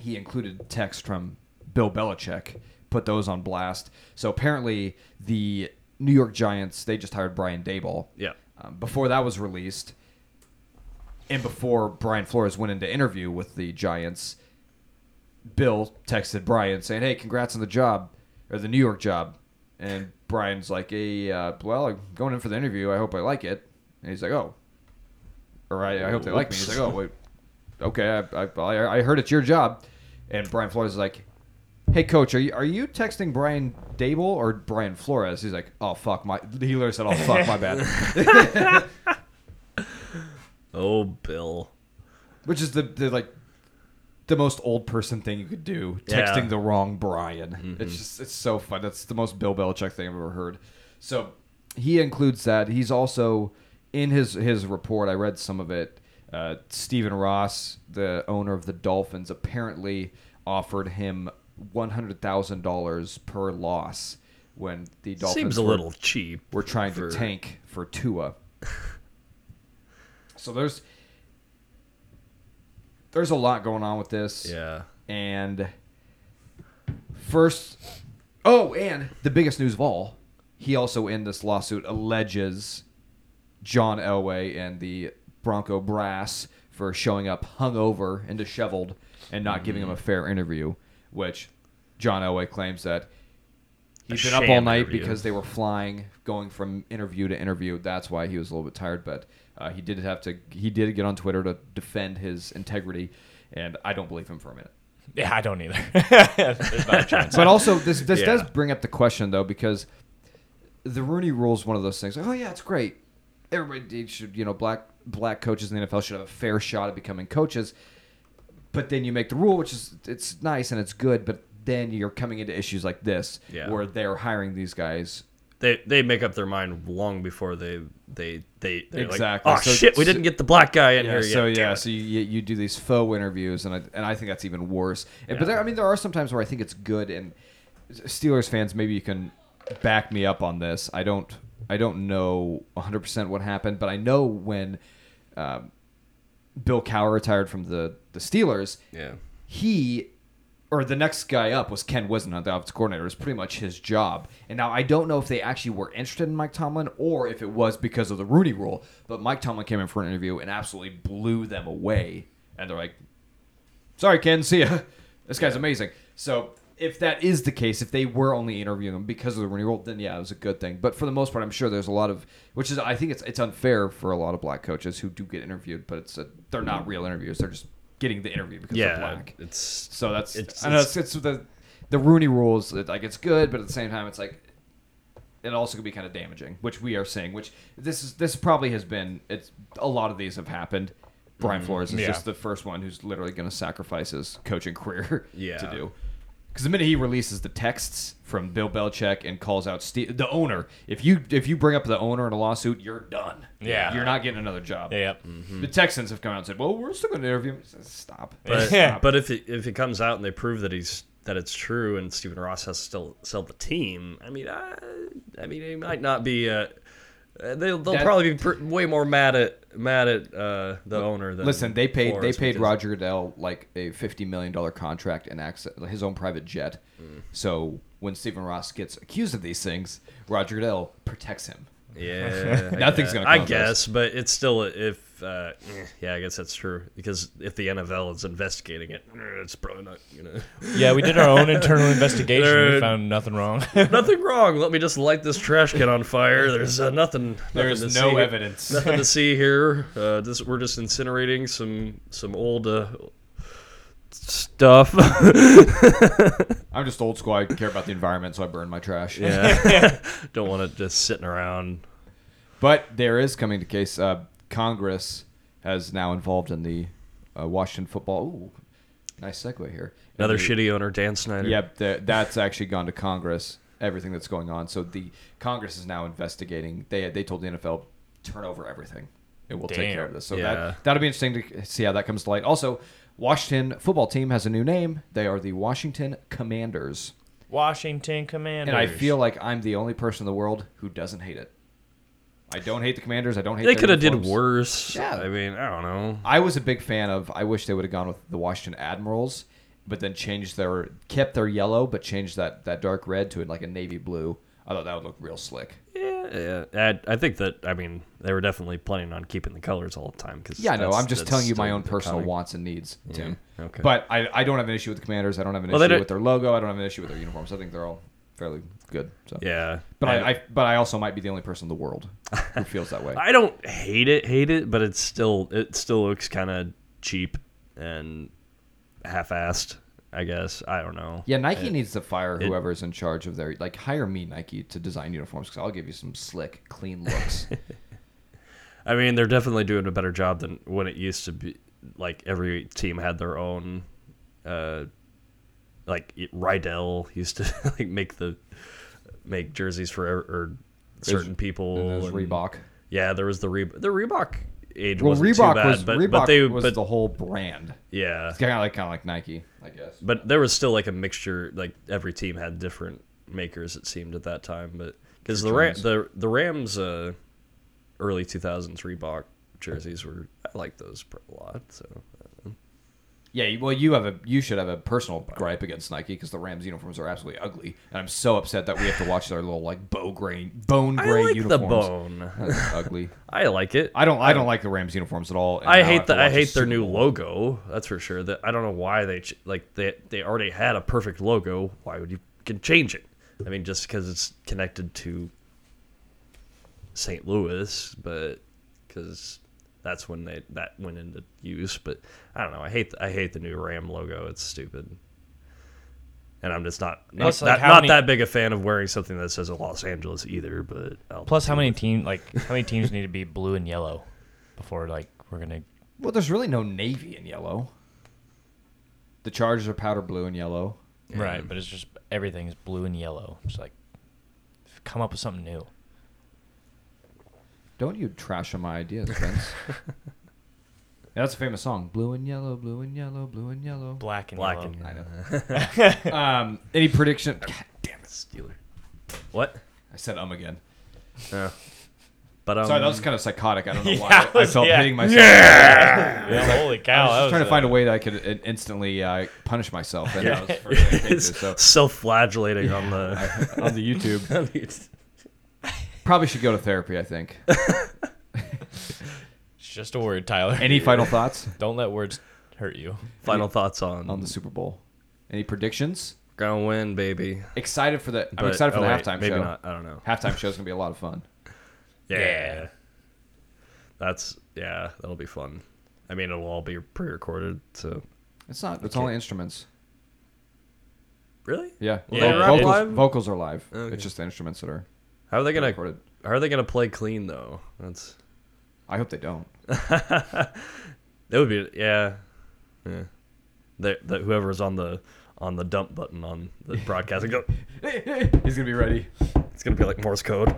C: He included text from Bill Belichick. Put those on blast. So apparently the New York Giants they just hired Brian Dayball.
B: Yeah.
C: Um, before that was released, and before Brian Flores went into interview with the Giants, Bill texted Brian saying, "Hey, congrats on the job or the New York job," and Brian's like, "Hey, uh, well, I'm going in for the interview. I hope I like it." And he's like, "Oh, all right. I hope they like me." He's like, "Oh, wait, okay. I, I- I, I heard it's your job," and Brian Flores is like. Hey coach, are you are you texting Brian Dable or Brian Flores? He's like, oh fuck my. He literally said, oh fuck my bad.
B: Oh, Bill.
C: which is the, the like the most old person thing you could do.
B: Yeah. Mm-hmm.
C: Texting the wrong Brian. It's just it's so fun. That's the most Bill Belichick thing I've ever heard. So he includes that. He's also in his his report. I read some of it. Uh, Stephen Ross, the owner of the Dolphins, apparently offered him one hundred thousand dollars per loss when the Dolphins
B: Seems a
C: were-
B: little cheap.
C: we're trying
B: for-
C: to tank for Tua. so there's there's a lot going on with this.
B: Yeah.
C: And first oh, and the biggest news of all, he also in this lawsuit alleges John Elway and the Bronco brass for showing up hungover and disheveled and not giving him
B: Mm-hmm.
C: a fair interview, which John Elway claims that he's
B: A
C: been up all
B: sham
C: night
B: interview.
C: because they were flying, going from interview to interview. That's why he was a little bit tired, but uh, he did have to. He did get on Twitter to defend his integrity, and I don't believe him for a minute.
D: Yeah, I don't either. There's not a chance.
C: But also, this this
B: Yeah.
C: does bring up the question though, because the Rooney Rule is one of those things. Like, oh yeah, it's great. Everybody should, you know, black black coaches in the NFL should have a fair shot at becoming coaches. But then you make the rule, which is it's nice and it's good, but then you're coming into issues like this,
B: Yeah.
C: where they're hiring these guys.
B: They they make up their mind long before they they they they're
C: Exactly.
B: Like, oh
C: So-
B: shit! We
C: so-
B: didn't get the black guy in
C: Yeah,
B: here.
C: so
B: yet.
C: yeah,
B: Damn it.
C: so you, you you do these faux interviews, and I and I think that's even worse. And- But
B: Yeah.
C: there, I mean, there are some times where I think it's good. And Steelers fans, maybe you can back me up on this. I don't I don't know 100 percent what happened, but I know when um, Bill Cowher retired from the the Steelers,
B: yeah.
C: he or the next guy up was Ken Wisenhunt, the offensive coordinator. It was pretty much his job. And now I don't know if they actually were interested in Mike Tomlin or if it was because of the Rooney Rule. But Mike Tomlin came in for an interview and absolutely blew them away. And they're like, "Sorry, Ken, see ya. This guy's amazing." So if that is the case, if they were only interviewing him because of the Rooney Rule, then yeah, it was a good thing. But for the most part, I'm sure there's a lot of, which is I think it's it's unfair for a lot of black coaches who do get interviewed, but it's a, they're not real interviews. They're just getting the interview because
B: Yeah.
C: they're black.
B: It's
C: So that's
B: It's-
C: I know it's, it's the the Rooney rules it- like it's good, but at the same time it's like it also could be kind of damaging, which we are seeing. Which this is this probably has been it's a lot of these have happened.
B: Mm-hmm.
C: Brian Flores is
D: yeah.
C: just the first one who's literally going to sacrifice his coaching career
B: Yeah.
C: to do. Because the minute he releases the texts from Bill Belichick and calls out Steve, the owner, if you if you bring up the owner in a lawsuit, you're done.
D: Yeah.
C: you're not getting another job.
D: Yep.
C: The Texans have come out and said, "Well, we're still going to interview him." Stop.
B: But,
D: Yeah.
B: but if it, if it comes out and they prove that he's that it's true and Stephen Ross has to still sell the team, I mean, I, I mean, it might not be. Uh, uh, they'll they'll
C: That-
B: probably be pr- way more mad at mad at uh, the owner. Than
C: Listen, they paid
B: Flores
C: they paid
B: because-
C: Roger Goodell like a fifty million dollar contract and access his own private jet.
B: Mm.
C: So when Stephen Ross gets accused of these things, Roger Goodell protects him.
B: Yeah, I
C: Nothing's
B: guess-
C: gonna
B: I
C: come of this.
B: guess, but it's still if uh, eh, yeah, I guess that's true because if the NFL is investigating it, eh, it's probably not you know
D: Yeah, we did our own internal investigation.
B: They're-
D: We found nothing wrong.
B: nothing wrong. Let me just light this trash can on fire. There's uh, nothing. nothing to see.
E: evidence.
B: nothing to see here. Uh, this we're just incinerating some some old uh, stuff.
C: I'm just old school. I care about the environment, so I burn my trash.
B: yeah, don't want it just sitting around.
C: But there is coming to case. Uh, Congress has now involved in the uh, Washington football. Ooh, nice segue here.
B: Another
C: In the-
B: shitty owner, Dan Snyder.
C: Yep, th- that's actually gone to Congress. Everything that's going on. So the Congress is now investigating. They they told the NFL turn over everything, and we'll take care of
D: Damn.
C: this. So
B: Yeah.
C: that that'll be interesting to see how that comes to light. Also, Washington football team has a new name. They are the Washington Commanders,
D: Washington Commanders.
C: and I feel like I'm the only person in the world who doesn't hate it. I don't hate the Commanders. I don't hate.
B: They
C: their
B: could have did
C: uniforms.
B: worse.
C: Yeah.
B: I mean, I don't know.
C: I was a big fan of. I wish they would have gone with the Washington Admirals, but then changed their kept their yellow, but changed that that dark red to like a navy blue. I thought that would look real slick.
B: Yeah, yeah. I, I think that I mean they were definitely planning on keeping the colors all the time. Cause
C: Yeah, no,
B: that's-
C: I'm just
B: that's
C: telling you my
B: still
C: own personal
B: iconic.
C: wants and needs, Tim.
B: okay.
C: But I, I don't have an issue with the Commanders. I don't have an
B: Well, they
C: issue
B: don't-
C: with their logo. I don't have an issue with their uniforms. I think they're all fairly good. So
B: Yeah,
C: But I, I but I also might be the only person in the world who feels that way.
B: I don't hate it, hate it, but it's still it still looks kind of cheap and half-assed. I guess I don't know.
C: Yeah, Nike needs to fire whoever's in charge of their like hire me Nike to design uniforms because I'll give you some slick, clean looks.
B: I mean, they're definitely doing a better job than when it used to be. Like every team had their own, uh, like it- Rydell used to like make the make jerseys for er- or certain people.
C: And there's
B: and-
C: Reebok.
B: Yeah, there was the Reebok. The Reebok age
C: Well,
B: wasn't
C: Reebok
B: too bad,
C: was
B: but
C: Reebok
B: but they
C: was
B: but
C: the whole brand.
B: yeah,
C: It's kind of like kind of like Nike, I guess.
B: but there was still like a mixture. Like every team had different makers. It seemed at that time, but because the Ram, the the Rams uh, early two thousands Reebok jerseys were I like those pr- a lot. So
C: Yeah, you- well, you have a you should have a personal gripe against Nike because the Rams uniforms are absolutely ugly, and I'm so upset that we have to watch their little like bow grain bone
B: I
C: gray
B: like the
C: uniforms.
B: bone.
C: That's ugly.
B: I like it.
C: I don't I don't like the Rams uniforms at all. and
B: I
C: now
B: hate
C: have to
B: the I
C: watch a
B: hate their
C: Super
B: new
C: Bowl.
B: logo. That's for sure. That I don't know why they ch- like they they already had a perfect logo. Why would you can change it? I mean, just because it's connected to St. Louis, but because that's when they that went into use. But I don't know. I hate I hate the new Ram logo. It's stupid. And I'm just not not,
D: Plus, like,
B: that,
D: how
B: not
D: many-
B: that big a fan of wearing something that says Los Angeles either. But I'll
D: Plus, how many team like how many teams need to be blue and yellow before like we're gonna?
C: Well, there's really no navy and yellow. The Chargers are powder blue and yellow.
D: Right, but it's just everything's blue and yellow. It's like come up with something new.
C: Don't you trash on my ideas, Vince? yeah, that's a famous song. Blue and yellow, blue and yellow, blue and yellow.
D: Black and
B: black
D: yellow.
B: and
C: I know. um, any prediction? God,
B: damn it, Steeler. What?
C: I said um again.
B: Yeah. But um,
C: Sorry, that was kind of psychotic. I don't know
D: Yeah,
C: why.
D: it
C: I,
D: was-
C: felt
D: yeah.
C: hitting myself. Yeah.
D: Yeah, holy
C: I
D: cow!
C: was
D: that
C: just
D: was
C: trying to find a
D: uh,
C: way that I could in- instantly uh, punish myself. And that was for-
B: it's
C: so.
B: self-flagellating on the.
C: on the YouTube. Probably should go to therapy, I think.
D: It's just a word, Tyler.
C: Any final thoughts
D: Don't let words hurt you.
B: Final thoughts on
C: on the Super Bowl? Any predictions?
B: gonna win, baby.
C: Excited for the. I'm
B: But-
C: excited for
B: oh,
C: the
B: wait,
C: halftime
B: Maybe
C: show.
B: not. I don't know.
C: Halftime show's gonna be a lot of fun.
B: Yeah.
D: Yeah.
B: That's yeah. That'll be fun. I mean, it'll all be pre-recorded. So
C: It's not. It's only instruments.
B: really,
C: Yeah.
B: Yeah,
C: Voc-
B: they're not
C: vocals,
B: live?
C: vocals are live.
B: Okay.
C: It's just the instruments that are
B: how are they gonna?
C: recorded.
B: How are they gonna play clean though? That's
C: I hope they don't.
B: that would be yeah. Yeah. That that whoever's on the on the dump button on the broadcast, go.
C: He's gonna be ready.
B: It's gonna be like Morse code.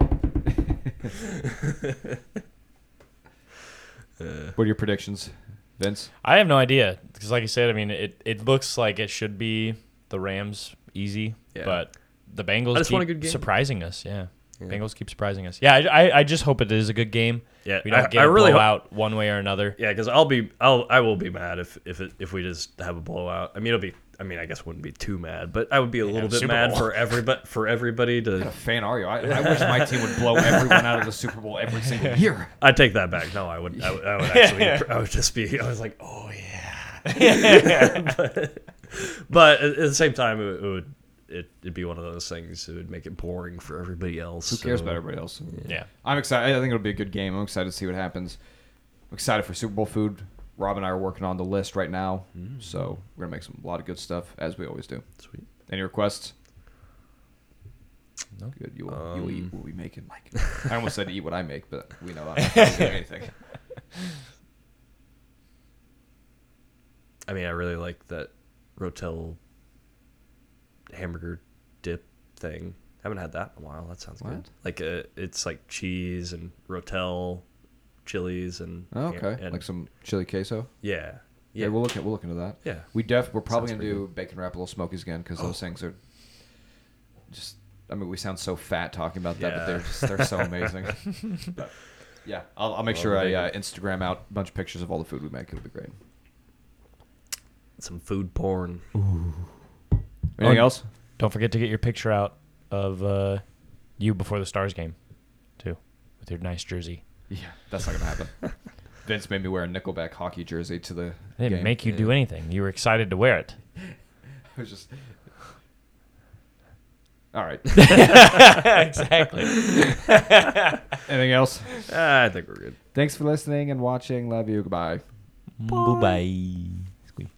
C: What are your predictions, Vince?
D: I have no idea because, like I said, I mean, it, it looks like it should be the Rams easy,
B: Yeah.
D: but the Bengals
B: I just
D: keep
B: want a good game.
D: surprising us. Yeah. Bengals keep surprising us. Yeah, I, I, I just hope it is a good game.
B: Yeah,
D: we don't
B: I-
D: get
B: I
D: a
B: really hope-
D: blowout one way or another.
B: Yeah, because I'll be I'll I will be mad if if it, if we just have a blowout. I mean, it'll be I mean, I guess I wouldn't be too mad, but I would be a little bit
D: Super
B: mad
D: Bowl.
B: for everybody for everybody to.
C: Fan are you? I, I wish my team would blow everyone out of the Super Bowl every single year.
B: I take that back. No, I would. I would, I would actually. I would just be. I was like, oh yeah. but, but at the same time, it, it would. It, it'd be one of those things. It would make it boring for everybody else.
C: Who cares about everybody else?
D: Yeah.
C: I'm excited. I think it'll be a good game. I'm excited to see what happens. I'm excited for Super Bowl food. Rob and I are working on the list right now, so we're gonna make some a lot of good stuff as we always do.
B: Sweet.
C: Any requests?
D: No.
C: Good. You will, you will eat what we make and like. I almost said eat what I make, but we know I'm not gonna do anything.
B: I mean, I really like that Rotel hamburger dip thing. haven't had that in a while. That sounds good.
C: What?
B: Like a, it's like cheese and Rotel chilies and
C: Oh, okay,
B: and-
C: like some chili queso.
B: yeah
C: Yeah,
B: yeah
C: we'll look at we'll look into that.
B: Yeah.
C: we def we're probably
B: Sounds Oh.
C: gonna do bacon wrap little smokies again because those things are just. I mean, we sound so fat talking about that,
B: Yeah.
C: but they're just they're so amazing. But, yeah, I'll, I'll make sure I uh, Instagram out a bunch of pictures of all the food we make. It'll be great.
B: some food porn.
C: Anything
D: Oh,
C: else?
D: Don't forget to get your picture out of uh, you before the Stars game, too, with your nice jersey.
C: Yeah, that's not gonna happen. Vince made me wear a Nickelback hockey jersey to the
D: I didn't
C: game.
D: make you do anything. You were excited to wear it.
C: I was just. All right.
D: exactly.
C: Anything else?
B: Ah, I think we're good.
C: Thanks for listening and watching. Love you. Goodbye.
D: Bye bye.